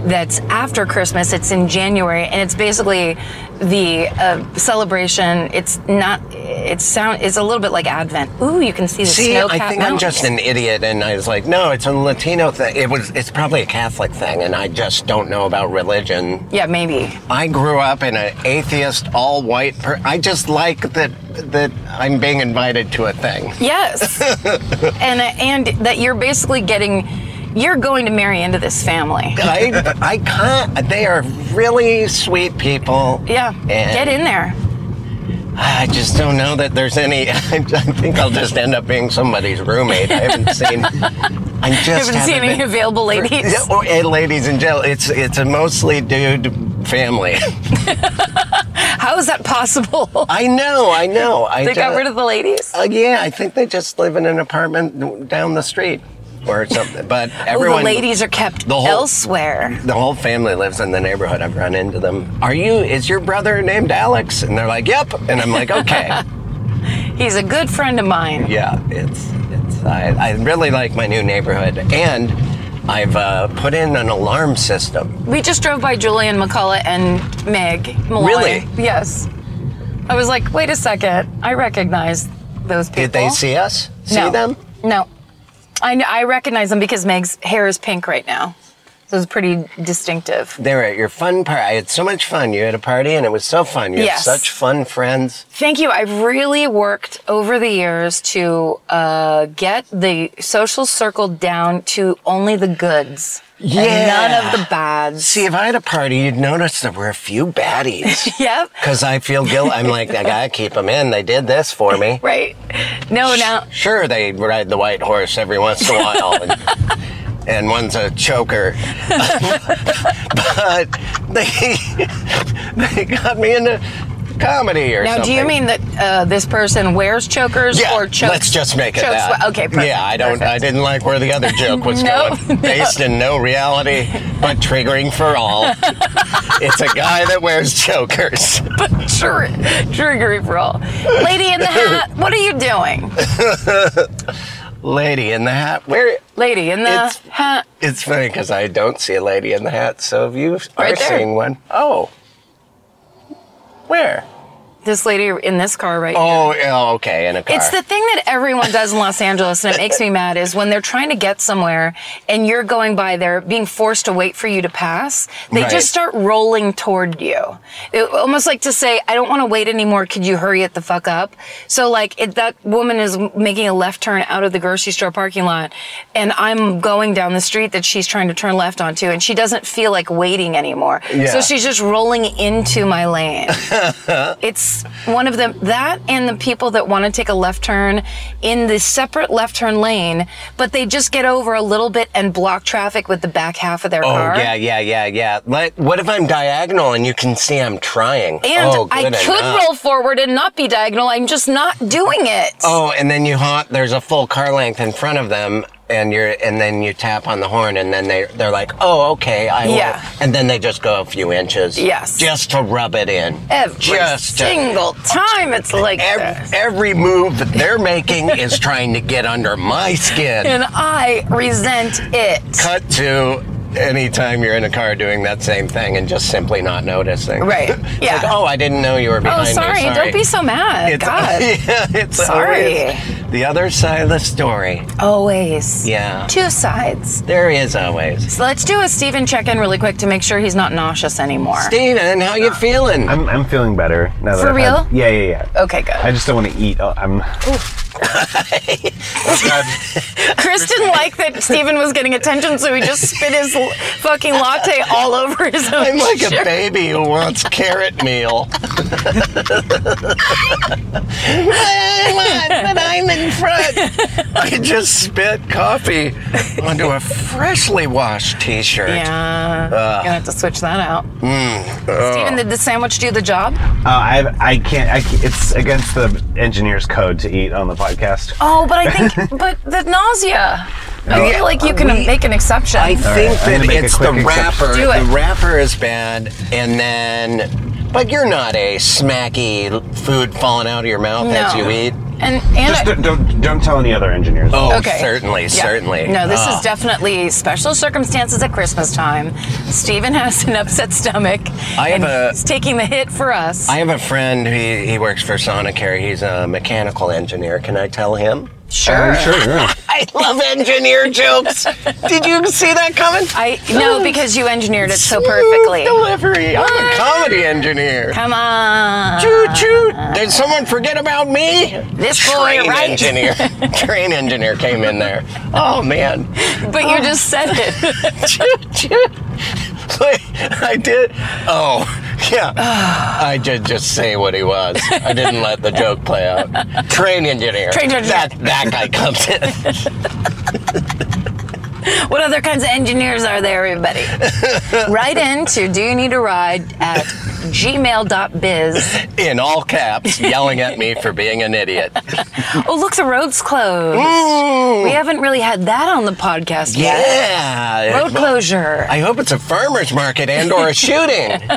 that's after Christmas. It's in January and it's basically the uh, celebration. It's not. It's sound. It's a little bit like Advent. Ooh, you can see the
See,
snow.
I think I'm just an idiot, and I was like, no, it's a Latino thing. It was, it's probably a Catholic thing, and I just don't know about religion.
Yeah, maybe.
I grew up in an atheist, all white. Per- I just like that that I'm being invited to a thing.
Yes. and uh, and that you're basically getting, you're going to marry into this family.
I, I can't. They are really sweet people.
Yeah.
And
Get in there.
I just don't know that there's any. I think I'll just end up being somebody's roommate. I haven't seen. I just
Haven't seen any
been-
available ladies.
Yeah, or- and ladies and gentlemen, it's it's a mostly dude family.
How is that possible?
I know, I know. I
They got rid of the ladies.
Uh, yeah, I think they just live in an apartment down the street or something. But
Oh,
everyone,
the ladies are kept
the whole-
elsewhere.
the whole family lives in the neighborhood. I've run into them. Are you? Is your brother named Alex? And they're like, Yep. And I'm like, Okay.
He's a good friend of mine.
yeah, it's it's. I, I really like my new neighborhood, and I've uh, put in an alarm system.
We just drove by Julian McCullough and Meg Malloy.
Really?
Yes. I was like, wait a second. I recognize those people.
Did they see us? See
no.
them?
No. I, kn- I recognize them because Meg's hair is pink right now. So it's pretty distinctive.
They were at your fun party. I had so much fun. You had a party and it was so fun. You
Yes.
had such fun friends.
Thank you. I've really worked over the years to uh, get the social circle down to only the goods. and none of the bads.
See, if I had a party, you'd notice there were a few baddies.
Yep.
Because I feel guilt. I'm like, I gotta keep them in. They did this for me.
Right. No, now
Sure, they ride the white horse every once in a while, and, and one's a choker. but they they got me into comedy or
Now,
something.
do you mean that uh, this person wears chokers
Yeah,
or chokes?
let's just make it
chokes-
that.
Okay, perfect.
Yeah, I don't. I
perfect.
didn't like where the other joke was
No,
going. Based in no reality, but triggering for all. it's a guy that wears chokers.
Tr- triggery for all. Lady in the hat, what are you doing?
Lady in the hat. Where?
Lady in the
It's-
hat.
It's funny because I don't see a lady in the hat. So if you are
Right there.
seeing one, oh, where?
This lady in this car right here.
Oh, yeah, okay, in a car.
It's the thing that everyone does in Los Angeles, and it makes me mad, is when they're trying to get somewhere and you're going by there, being forced to wait for you to pass, they
Right.
just start rolling toward you. It, almost like to say, I don't want to wait anymore. Could you hurry it the fuck up? So, like, it, that woman is making a left turn out of the grocery store parking lot, and I'm going down the street that she's trying to turn left onto, and she doesn't feel like waiting anymore.
Yeah.
So she's just rolling into my lane. It's one of them. That and the people that want to take a left turn in the separate left turn lane, but they just get over a little bit and block traffic with the back half of their
Oh
car.
yeah, yeah, yeah, yeah. Like, what if I'm diagonal and you can see I'm trying?
And
oh,
I
good
could
enough.
roll forward and not be diagonal. I'm just not doing it.
Oh, and then you haunt. There's a full car length in front of them, and you're, and then you tap on the horn, and then they, they're like, oh, okay, I will.
Yeah.
And then they just go a few inches.
Yes.
Just to rub it in.
Every
just to-
single time, it's like this.
Every, every move that they're making is trying to get under my skin.
and I resent it.
Cut to anytime you're in a car doing that same thing and just simply not noticing.
Right,
It's
yeah.
like, oh, I didn't know you were
Oh,
behind me.
sorry. Don't be so mad.
It's,
God,
yeah, it's
Sorry.
always the other side of the story.
always.
Yeah.
Two sides.
There is always.
So let's do a Steven check in really quick to make sure he's not nauseous anymore.
Steven, how
Uh,
you feeling?
I'm, I'm feeling better now that
For
I've had-
real?
yeah, yeah, yeah.
Okay, good.
I just don't want to eat. Uh, I'm.
Chris didn't like that Steven was getting attention, so he just spit his l- fucking latte all over his own
I'm like a
shirt.
baby who wants carrot meal. I want, but I'm in front. I just spit coffee onto a freshly washed T-shirt.
Yeah,
Ah.
gonna have to switch that out.
Hmm. Oh.
Steven, did the sandwich do the job?
Uh, I I can't, I can't. It's against the engineer's code to eat on the podcast.
Oh, but I think, but the nausea. I feel like you can make an exception.
uh, I think
I'm gonna
that
make a
it's the
quick exception.
wrapper.
Do it.
The wrapper is bad, and then, but you're not a smacky food falling out of your mouth as
No.
you eat.
and and
Just
I-
don't, don't don't tell any other engineers.
Oh,
Okay.
certainly,
Yeah.
certainly.
No, this
Ah.
is definitely special circumstances at Christmas time. Steven has an upset stomach.
I have
and
a-
He's taking the hit for us.
I have a friend. He he works for Sonicare. He's a mechanical engineer. Can I tell him?
sure.
yeah.
I love engineer jokes. Did you see that coming?
I no, because you engineered it so perfectly.
Delivery. I'm a comedy engineer.
Come on.
Choo choo! Did someone forget about me?
This boy,
train
right?
engineer, train engineer came in there. Oh man!
But you just said it.
Choo choo! Wait, I did. Oh yeah, I did just say what he was. I didn't let the joke play out. Train engineer.
Train engineer.
That that guy comes in.
What other kinds of engineers are there, everybody? Write in to do you need a ride at gmail.biz.
in all caps, yelling at me for being an idiot.
Oh, look, the road's closed. We haven't really had that on the podcast yet.
Yeah. Uh-huh.
Road closure.
I hope it's a farmer's market and or a shooting.
and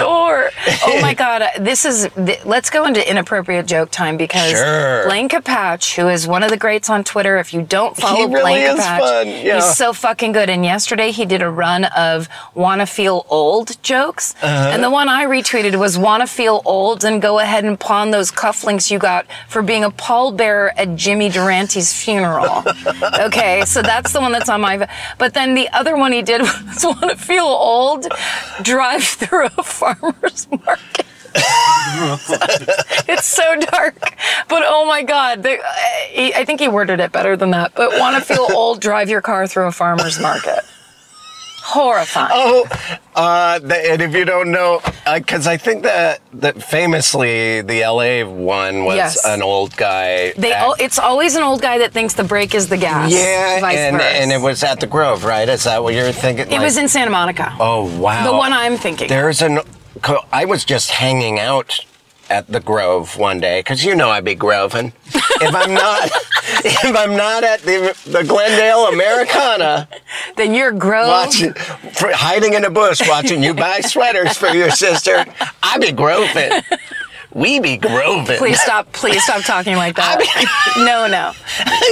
or oh my God, uh, this is. Th- let's go into inappropriate joke time because
Sure.
Blaine Capatch, who is one of the greats on Twitter, if you don't follow
really
Blaine
is
Capatch,
fun, yeah.
he's so fucking good. And yesterday he did a run of "Wanna Feel Old" jokes,
Uh-huh.
and the one I retweeted was "Wanna Feel Old and go ahead and pawn those cufflinks you got for being a pallbearer at Jimmy Durante's funeral." okay, so that's the one that's on my. But then the other one he did was "Wanna Feel Old," drive through a farmer's market. it's so dark. But oh my God, the, I, I think he worded it better than that. But want to feel old? Drive your car through a farmer's market. Horrifying.
Oh, Uh, the, and if you don't know, because I think that that famously the LA one was
Yes.
an old guy.
they
act-
all, it's always an old guy that thinks the brake is the gas.
yeah,
vice
and,
versa.
and it was at the Grove, right? Is that what you're thinking?
It was in Santa Monica.
Oh wow!
The one I'm thinking.
There's an. co- I was just hanging out at the Grove one day because you know I be groving. if I'm not, if I'm not at the the Glendale Americana,
then your grove.
watching, for, hiding in a bush, watching you buy sweaters for your sister, I be groving. We be groving.
Please stop. Please stop talking like that. no, no,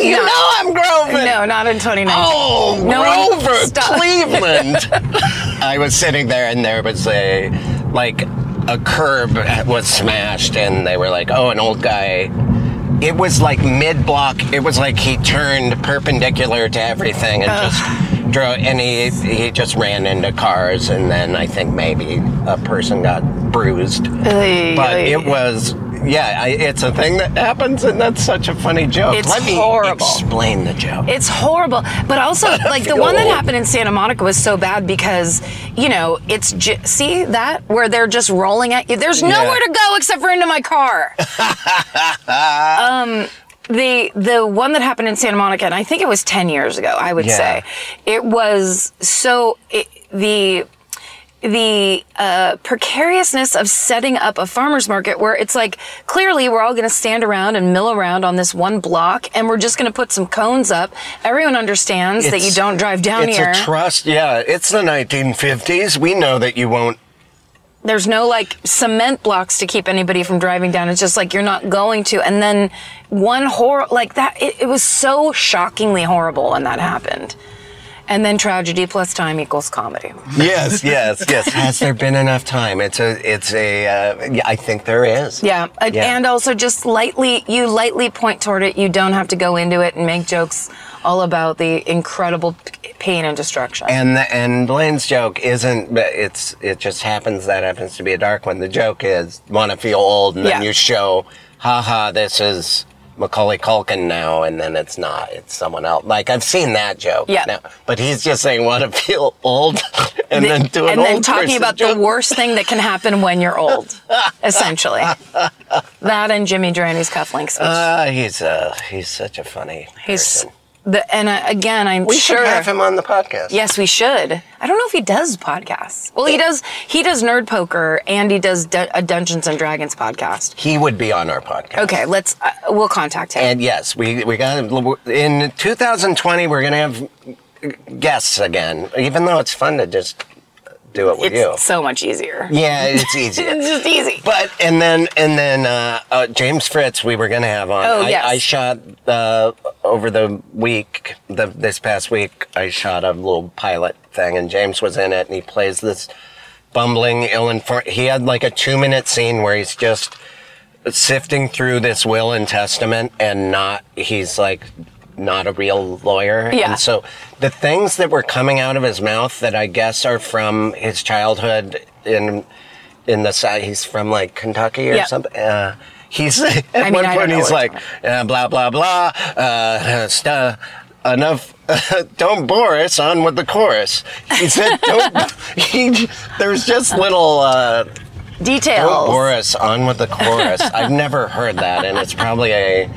you
no.
know I'm groving.
no, not in 2019.
Oh,
No,
Grover,
stop.
Cleveland. I was sitting there, and there was a like a curb was smashed, and they were like, "Oh, an old guy." It was like mid block. It was like he turned perpendicular to everything and just drove, and he he just ran into cars, and then I think maybe a person got bruised.
Oy,
But
oy.
it was. Yeah, I, it's a thing that happens, and that's such a funny joke.
It's
Let me
horrible.
explain the joke.
It's horrible. But also, like the
feel
one that
old.
happened in Santa Monica was so bad because, you know, it's j- see that where they're just rolling at you. There's nowhere to go except for into my car. um, the the one that happened in Santa Monica, and I think it was ten years ago. I would
Yeah.
say it was so it, the the uh, precariousness of setting up a farmers market where it's like clearly we're all going to stand around and mill around on this one block and we're just going to put some cones up everyone understands that you
It's-
don't drive down
it's
here
a trust. Yeah, it's the 1950s. We know that you won't.
there's no like cement blocks to keep anybody from driving down it's just like you're not going to and then one horror like that it, it was so shockingly horrible when that happened and then tragedy plus time equals comedy
Yes, yes, yes. Has there been enough time? It's a. It's a. Uh, yeah, I think there is.
Yeah. a-
Yeah.
and also just lightly, you lightly point toward it. You don't have to go into it and make jokes all about the incredible p- pain and destruction.
And the, and Blaine's joke isn't. but It's it just happens that happens to be a dark one. The joke is want to feel old, and then
Yeah.
you show, haha, this is Macaulay Culkin now, and then it's not. It's someone else. Like I've seen that joke.
Yeah.
now. but he's just saying want to feel old, and
The-
then do an
and
old
then talking
person
about
joke.
the worst thing that can happen when you're old, essentially. that and Jimmy Durante's cufflinks. speech.
Uh, he's uh, he's such a funny.
He's
person.
the and uh, again, I'm
We
sure
should have him on the podcast.
Yes, we should. I don't know if he does podcasts. Well, he does. He does Nerd Poker and he does du- a Dungeons and Dragons podcast.
He would be on our podcast.
Okay, let's. Uh, we'll contact him.
And yes, we we got in 2020. We're gonna have guests again, even though it's fun to just do it with
it's
you.
so much easier.
Yeah, it's easier.
It's just easy.
But and then and then uh, uh, James Fritz, we were gonna have on.
Oh,
I,
yes.
I shot uh, over the week, the, this past week, I shot a little pilot thing, and James was in it, and he plays this bumbling, ill-informed. He had like a two-minute scene where he's just sifting through this will and testament, and not he's like not a real lawyer.
Yeah.
And so the things that were coming out of his mouth that I guess are from his childhood in in the south. He's from like Kentucky or
Yeah.
something. Uh, he's at
mean,
one
I don't
point
know
he's
what's
like
going
uh, blah blah blah. Uh, stu- enough. don't bore us on with the chorus. He said, "Don't." he, there's just little. Uh, don't bore
Details.
us on with the chorus. I've never heard that, and it's probably a.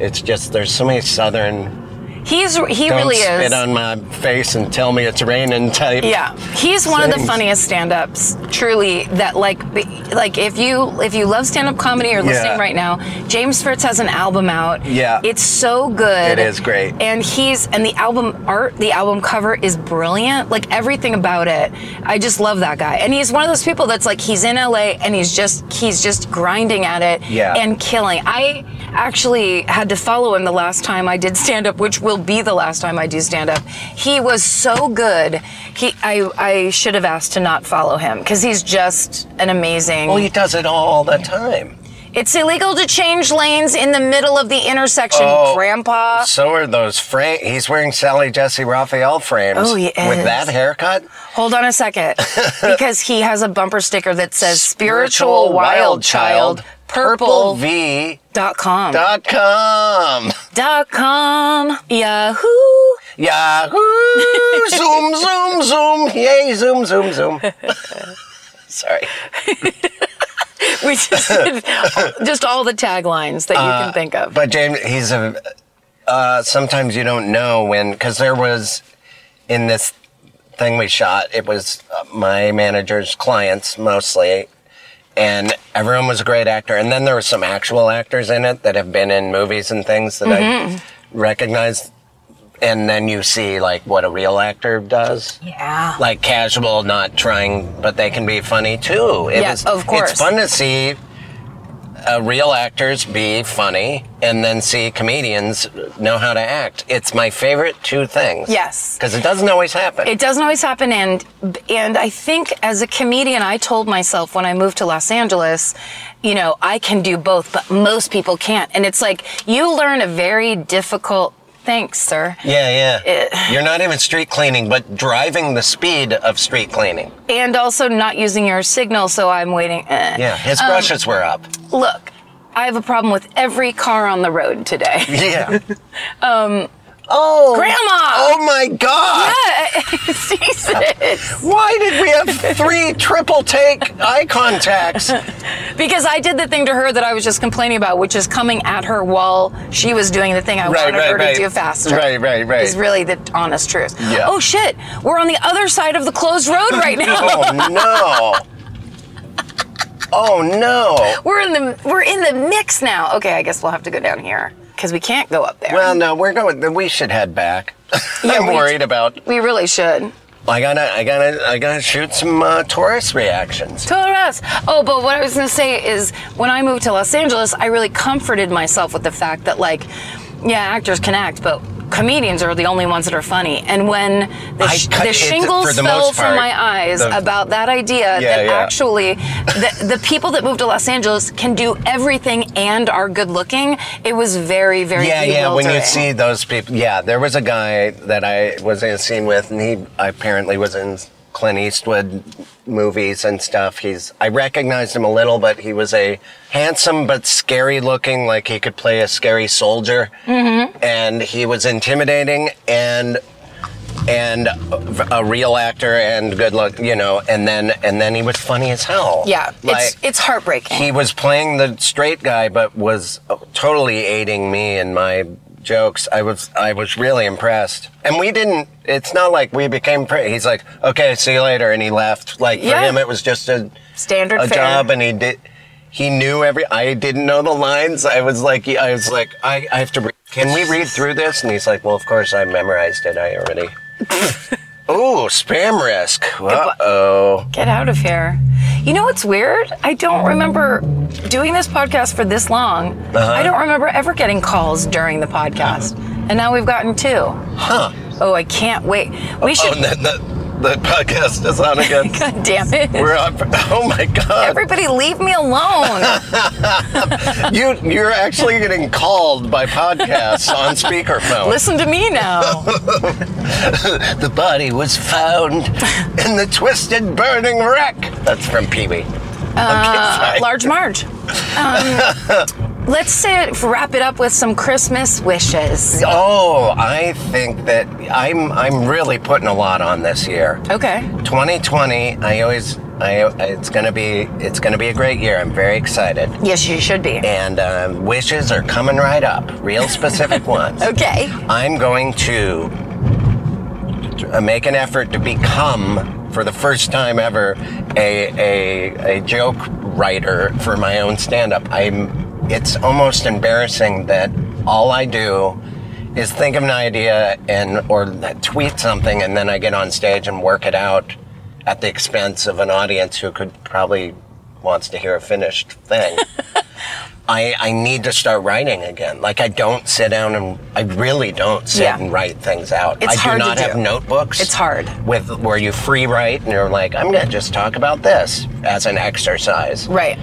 It's just there's so many southern
He's he
Don't
really
spit
is.
on my face and tell me it's raining type.
Yeah, he's one of the
Things.
funniest stand-ups. Truly, that like, be- like if you if you love stand-up comedy or listening
Yeah.
right now, James Fritz has an album out.
Yeah.
it's so good.
It is great.
And he's and the album art, the album cover is brilliant. Like everything about it, I just love that guy. And he's one of those people that's like he's in LA and he's just he's just grinding at it
Yeah.
and killing. I actually had to follow him the last time I did stand up, which will be the last time I do stand up. He was so good. He I I should have asked to not follow him because he's just an amazing.
Well, he does it all the time.
it's illegal to change lanes in the middle of the intersection,
Oh.
Grandpa.
So are those frame. He's wearing Sally Jesse Raphael frames.
Oh, he
With
is.
that haircut,
Hold on a second, because he has a bumper sticker that says "Spiritual
Virtual
Wild Child." Purple
V
dot com
dot com.
dot com Yahoo.
Yahoo! zoom, zoom, zoom! Yay! Zoom, zoom, zoom! Sorry.
We just did just all the taglines that you can think of.
Uh, But James, he's a. Uh, sometimes you don't know when, because there was in this thing we shot. It was uh, my manager's clients mostly, and everyone was a great actor. And then there were some actual actors in it that have been in movies and things that I recognized. And then you see like what a real actor does.
yeah.
like casual, not trying, but they can be funny too. It
Yeah,
is-
of course.
It's fun to see uh, real actors be funny and then see comedians know how to act. It's my favorite two things.
Yes.
Because it doesn't always happen.
It doesn't always happen, and and I think as a comedian, I told myself when I moved to Los Angeles, you know, I can do both, but most people can't. And it's like you learn a very difficult. Thanks, sir. eh,
yeah, yeah. You're not even street cleaning, but driving the speed of street cleaning.
And also not using your signal, so I'm waiting. eh.
Yeah, his brushes were up.
Look, I have a problem with every car on the road today.
Yeah. um. Oh.
Grandma!
Oh my God!
Jesus.
Why did we have three triple take eye contacts?
Because I did the thing to her that I was just complaining about, which is coming at her while she was doing the thing I
Right,
wanted
right,
her
right.
to do faster.
Right, right, right.
Is really the honest truth.
Yeah.
Oh shit, we're on the other side of the closed road right now.
Oh no. Oh no.
we're in the we're in the mix now. Okay, I guess we'll have to go down here because we can't go up there.
Well, no, we're going. We should head back.
Yeah,
I'm
we-
worried about.
we really should.
I gotta, I gotta, I gotta shoot some uh, tourist reactions.
Taurus. Oh, but what I was gonna say is when I moved to Los Angeles, I really comforted myself with the fact that like, yeah, actors can act, but comedians are the only ones that are funny. And when the,
I
sh-
cut-
the
it-
shingles
for the
fell
most
from
part,
my eyes
the-
about that idea
Yeah,
that
yeah.
actually the, the people that moved to Los Angeles can do everything and are good looking, it was very, very
Yeah, yeah. When you
bewildering.
see those people, yeah. There was a guy that I was in a scene with, and he apparently was in Clint Eastwood movies and stuff. He's, I recognized him a little, but he was a handsome but scary looking, like he could play a scary soldier, mm-hmm. and he was intimidating and and a real actor and good look, you know. And then and then he was funny as hell.
yeah,
like,
it's, it's heartbreaking.
he was playing the straight guy, but was totally aiding me in my jokes. I was I was really impressed. And we didn't. It's not like we became. Pre- he's like, okay, see you later, and he left. Like for
Yeah.
him, it was just a
Standard
a
fare.
job, and he did. He knew every. I didn't know the lines. I was like, I was like, I, I have to. Re- Can we read through this? And he's like, well, of course, I memorized it. I already. Ooh, spam risk. Uh oh.
Get out of here. You know what's weird? I don't remember doing this podcast for this long. I don't remember ever getting calls during the podcast. And now we've gotten two. Huh. Oh, I can't wait. We
Oh,
should.
and then the, the podcast is on again.
God damn it.
We're up. Oh my God!
Everybody, leave me alone.
You you're actually getting called by podcasts on speakerphone.
Listen to me now.
The body was found in the twisted, burning wreck. That's from Pee Wee.
Uh,
okay, fine.
Large Marge. Um, let's say, wrap it up with some Christmas wishes.
Oh, I think that
Oh.
I'm I'm really putting a lot on this year.
Okay.
2020. I always I, I- it's gonna be it's gonna be a great year. I'm very excited.
Yes, you should be.
And um, wishes are coming right up. Real specific ones.
Okay.
I'm going to uh, make an effort to become, for the first time ever, a a, a joke writer for my own stand-up. I'm. It's almost embarrassing that all I do is think of an idea and or tweet something, and then I get on stage and work it out at the expense of an audience who could probably wants to hear a finished thing. I, I need to start writing again. Like I don't sit down and I really don't sit
Yeah.
and write things out.
It's
I do
hard to
not have
do.
notebooks.
It's hard.
With where you free write and you're like, I'm gonna just talk about this as an exercise.
Right.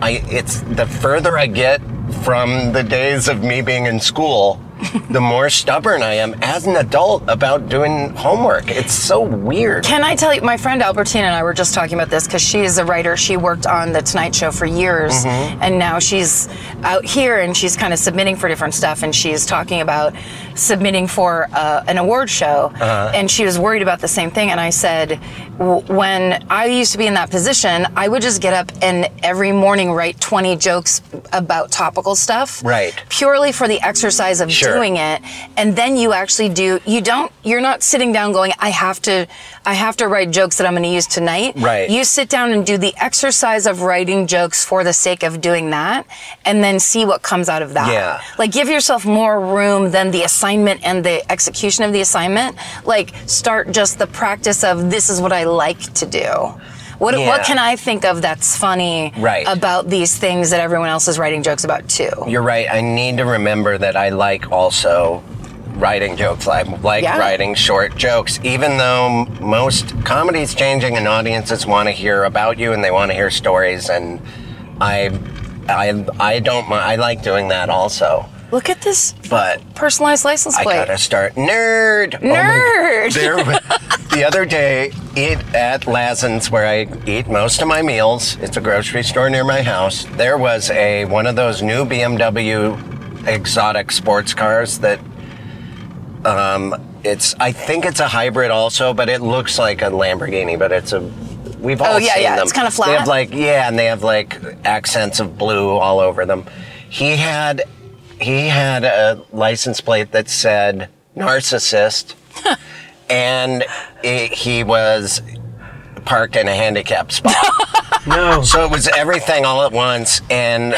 I it's the further I get from the days of me being in school, the more stubborn I am as an adult about doing homework. It's so weird.
Can I tell you, my friend Albertina and I were just talking about this because she is a writer. She worked on The Tonight Show for years, and now she's out here and she's kind of submitting for different stuff. And she's talking about submitting for uh, an award show, and she was worried about the same thing. And I said, w- when I used to be in that position, I would just get up and every morning write 20 jokes about topical stuff,
Right.
Purely for the exercise of
Sure.
doing it it, and then you actually do you don't you're not sitting down going i have to i have to write jokes that i'm going to use tonight
Right.
you sit down and do the exercise of writing jokes for the sake of doing that and then see what comes out of that
Yeah.
like give yourself more room than the assignment and the execution of the assignment like start just the practice of this is what i like to do what,
Yeah.
what can I think of that's funny
Right.
about these things that everyone else is writing jokes about too?
You're right. I need to remember that I like also writing jokes. I like
Yeah.
writing short jokes, even though most comedy's changing and audiences want to hear about you and they want to hear stories. And I, I, I don't. mi- I like doing that also.
Look at this
But
personalized license
I
plate.
gotta start nerd. Oh my-
Nerd.
there, the other day, it at Lazin's where I eat most of my meals. It's a grocery store near my house. There was a one of those new BMW exotic sports cars that um, it's. I think it's a hybrid also, but it looks like a Lamborghini. But it's a. We've all
Oh, yeah,
seen
yeah,
them.
it's kinda
They have
flat.
like yeah, and they have like accents of blue all over them. He had he had a license plate that said narcissist, and it, he was parked in a handicapped spot.
No.
So it was everything all at once, and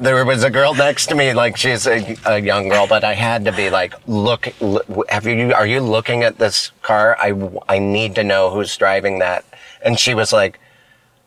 there was a girl next to me, like she's a, a young girl, but I had to be like, look, l- have you? Are you looking at this car? I w- I need to know who's driving that. And she was like,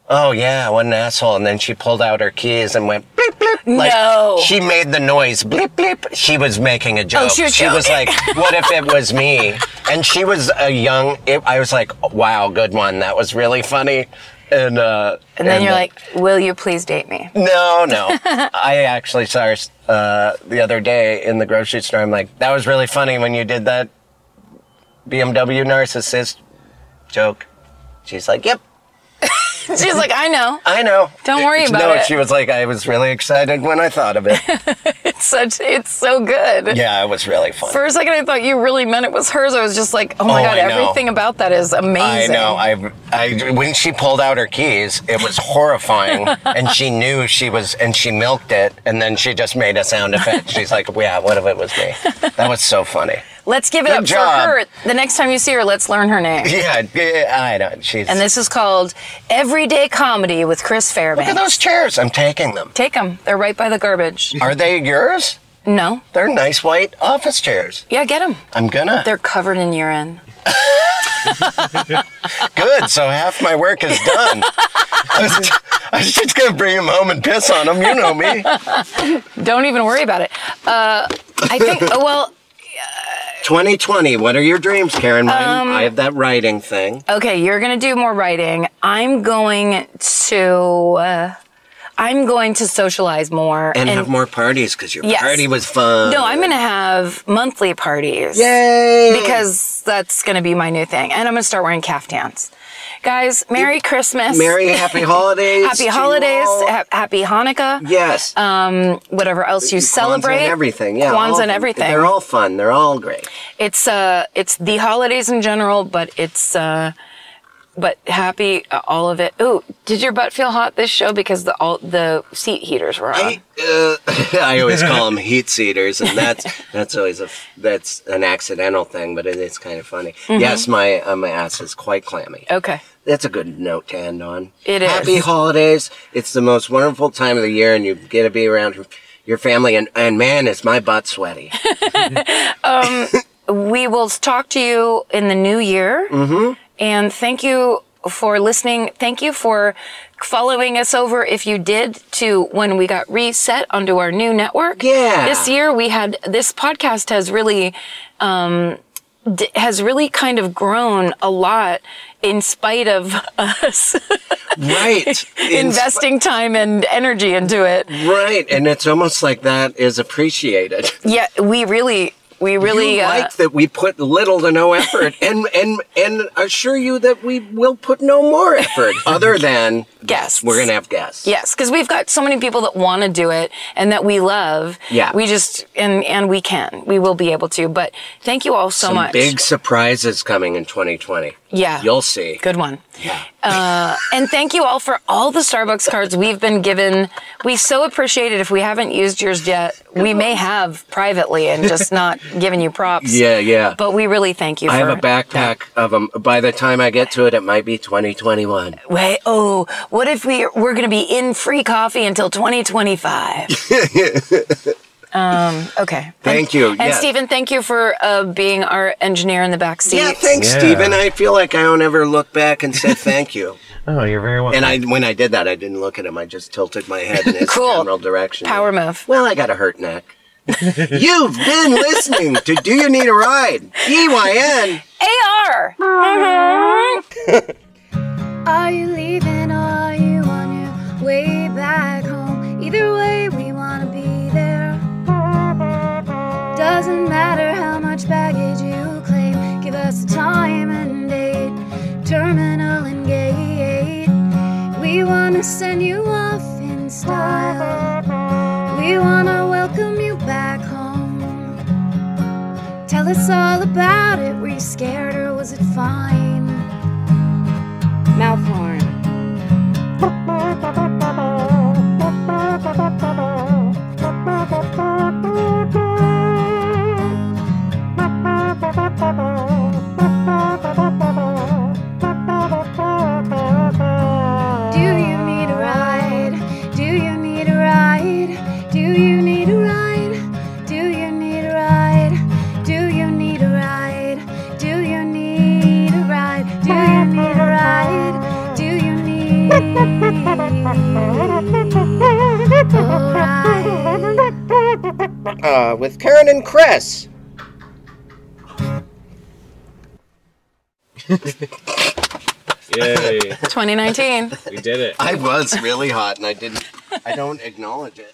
oh yeah, what an asshole. And then she pulled out her keys and went bleep bleep. Like,
No. Oh,
She made the noise bleep bleep. She was making a joke.
she was
was like, what if it was me? And she was a young. It, I was like, wow, good one. That was really funny. And uh,
and then you're like, will you please date me?
no, no. I actually saw her uh, the other day in the grocery store. I'm like, that was really funny when you did that BMW narcissist joke. She's like, yep,
She's like, I know.
I know.
Don't worry about
no,
it.
she was like, I was really excited when I thought of it.
It's such, it's so good.
yeah, it was really funny.
For a second, I thought you really meant it was hers. I was just like, oh my
Oh,
God,
I know.
everything about that is
I
amazing.
know. I, I, when she pulled out her keys, it was horrifying, and she knew she was, and she milked it, and then she just made a sound effect. She's like, "Yeah, what if it was me?" That was so funny.
Let's give it
Good
up
job.
for her. The next time you see her, let's learn her name.
Yeah, yeah, I know. She's.
And this is called Everyday Comedy with Chris
Look at
Fairbanks.
those chairs. I'm taking them.
Take them. They're right by the garbage.
Are they yours?
No.
They're nice white office chairs.
Yeah, get them.
I'm gonna.
They're covered in urine.
good. So half my work is done. I was, just, I was just gonna bring them home and piss on them. You know me.
Don't even worry about it. Uh, I think, oh, well,
2020. What are your dreams, Karen?
Um,
Mine, I have that writing thing.
Okay, you're gonna do more writing. I'm going to. Uh, I'm going to socialize more.
and, have more parties because your
Yes.
party was fun.
no, I'm gonna have monthly parties.
Yay!
Because that's gonna be my new thing, and I'm gonna start wearing caftans. Guys, Merry Christmas.
Merry happy holidays. to
Happy
you
holidays.
all.
Ha- happy Hanukkah.
yes.
Um, whatever else you
Kwanzaa
celebrate.
and everything. Yeah,
Kwanzaa
all of
and
them.
everything.
They're all fun. They're all great.
it's uh, it's the holidays in general, but it's uh, but happy uh, all of it. Ooh, did your butt feel hot this show because the all the seat heaters were on?
I, uh, I always call them heat seaters, and that's that's always a f- that's an accidental thing, but it is kind of funny.
Mm-hmm.
Yes, my uh, my ass is quite clammy.
okay.
That's a good note to end on.
Uh, It is.
Happy holidays. It's the most wonderful time of the year, and you get to be around your family. And, and man, is my butt sweaty.
We will talk to you in the new year. Mm-hmm. And thank you for listening. Thank you for following us over if you did to when we got reset onto our new network.
Yeah.
This year we had this podcast has really um d- has really kind of grown a lot in spite of us
right. In-
investing time and energy into it.
Right, and it's almost like that is appreciated.
Yeah, we really we really
you
uh,
like that we put little to no effort and and and assure you that we will put no more effort other than
guests.
we're gonna have guests
Yes, because we've got so many people that want to do it and that we love.
Yeah.
We just and and we can. We will be able to. But thank you all so
some
much.
big surprises coming in 2020
yeah.
you'll see
Good one. Uh, and thank you all for all the Starbucks cards we've been given. We so appreciate it. If we haven't used yours yet, we may have privately and just not giving you props.
yeah yeah
But we really thank you.
i
for
have a backpack of 'em. of them by the time i get to it it might be 2021
Wait, oh, what if we we're going to be in free coffee until 2025? um, okay.
thank you
And
yeah.
Stephen, thank you for uh, being our engineer in the back seat.
yeah thanks
Yeah.
stephen i feel like i don't ever look back and say thank you
Oh, you're very welcome.
and i when i did that i didn't look at him i just tilted my head in his
Cool.
general direction
Power move.
Well, I got a hurt neck. You've been listening to Do You Need a Ride? E EYN.
AR.
Are you leaving or are you on your way back home? Either way, we want to be there. Doesn't matter how much baggage you claim, give us a time and date, terminal and gate. We want to send you off in style. We want to welcome you back home. Tell us all about it. Were you scared or was it fine? Mouth horn. Do you need a ride? Do you need a ride? Do you need a ride? Do you need a ride? Do you need a ride? Do you need a ride? Do you need a ride? Do you need a ride?
Uh, with Karen and Chris.
Yay.
2019.
We did it.
I was really hot and I didn't, I don't acknowledge it.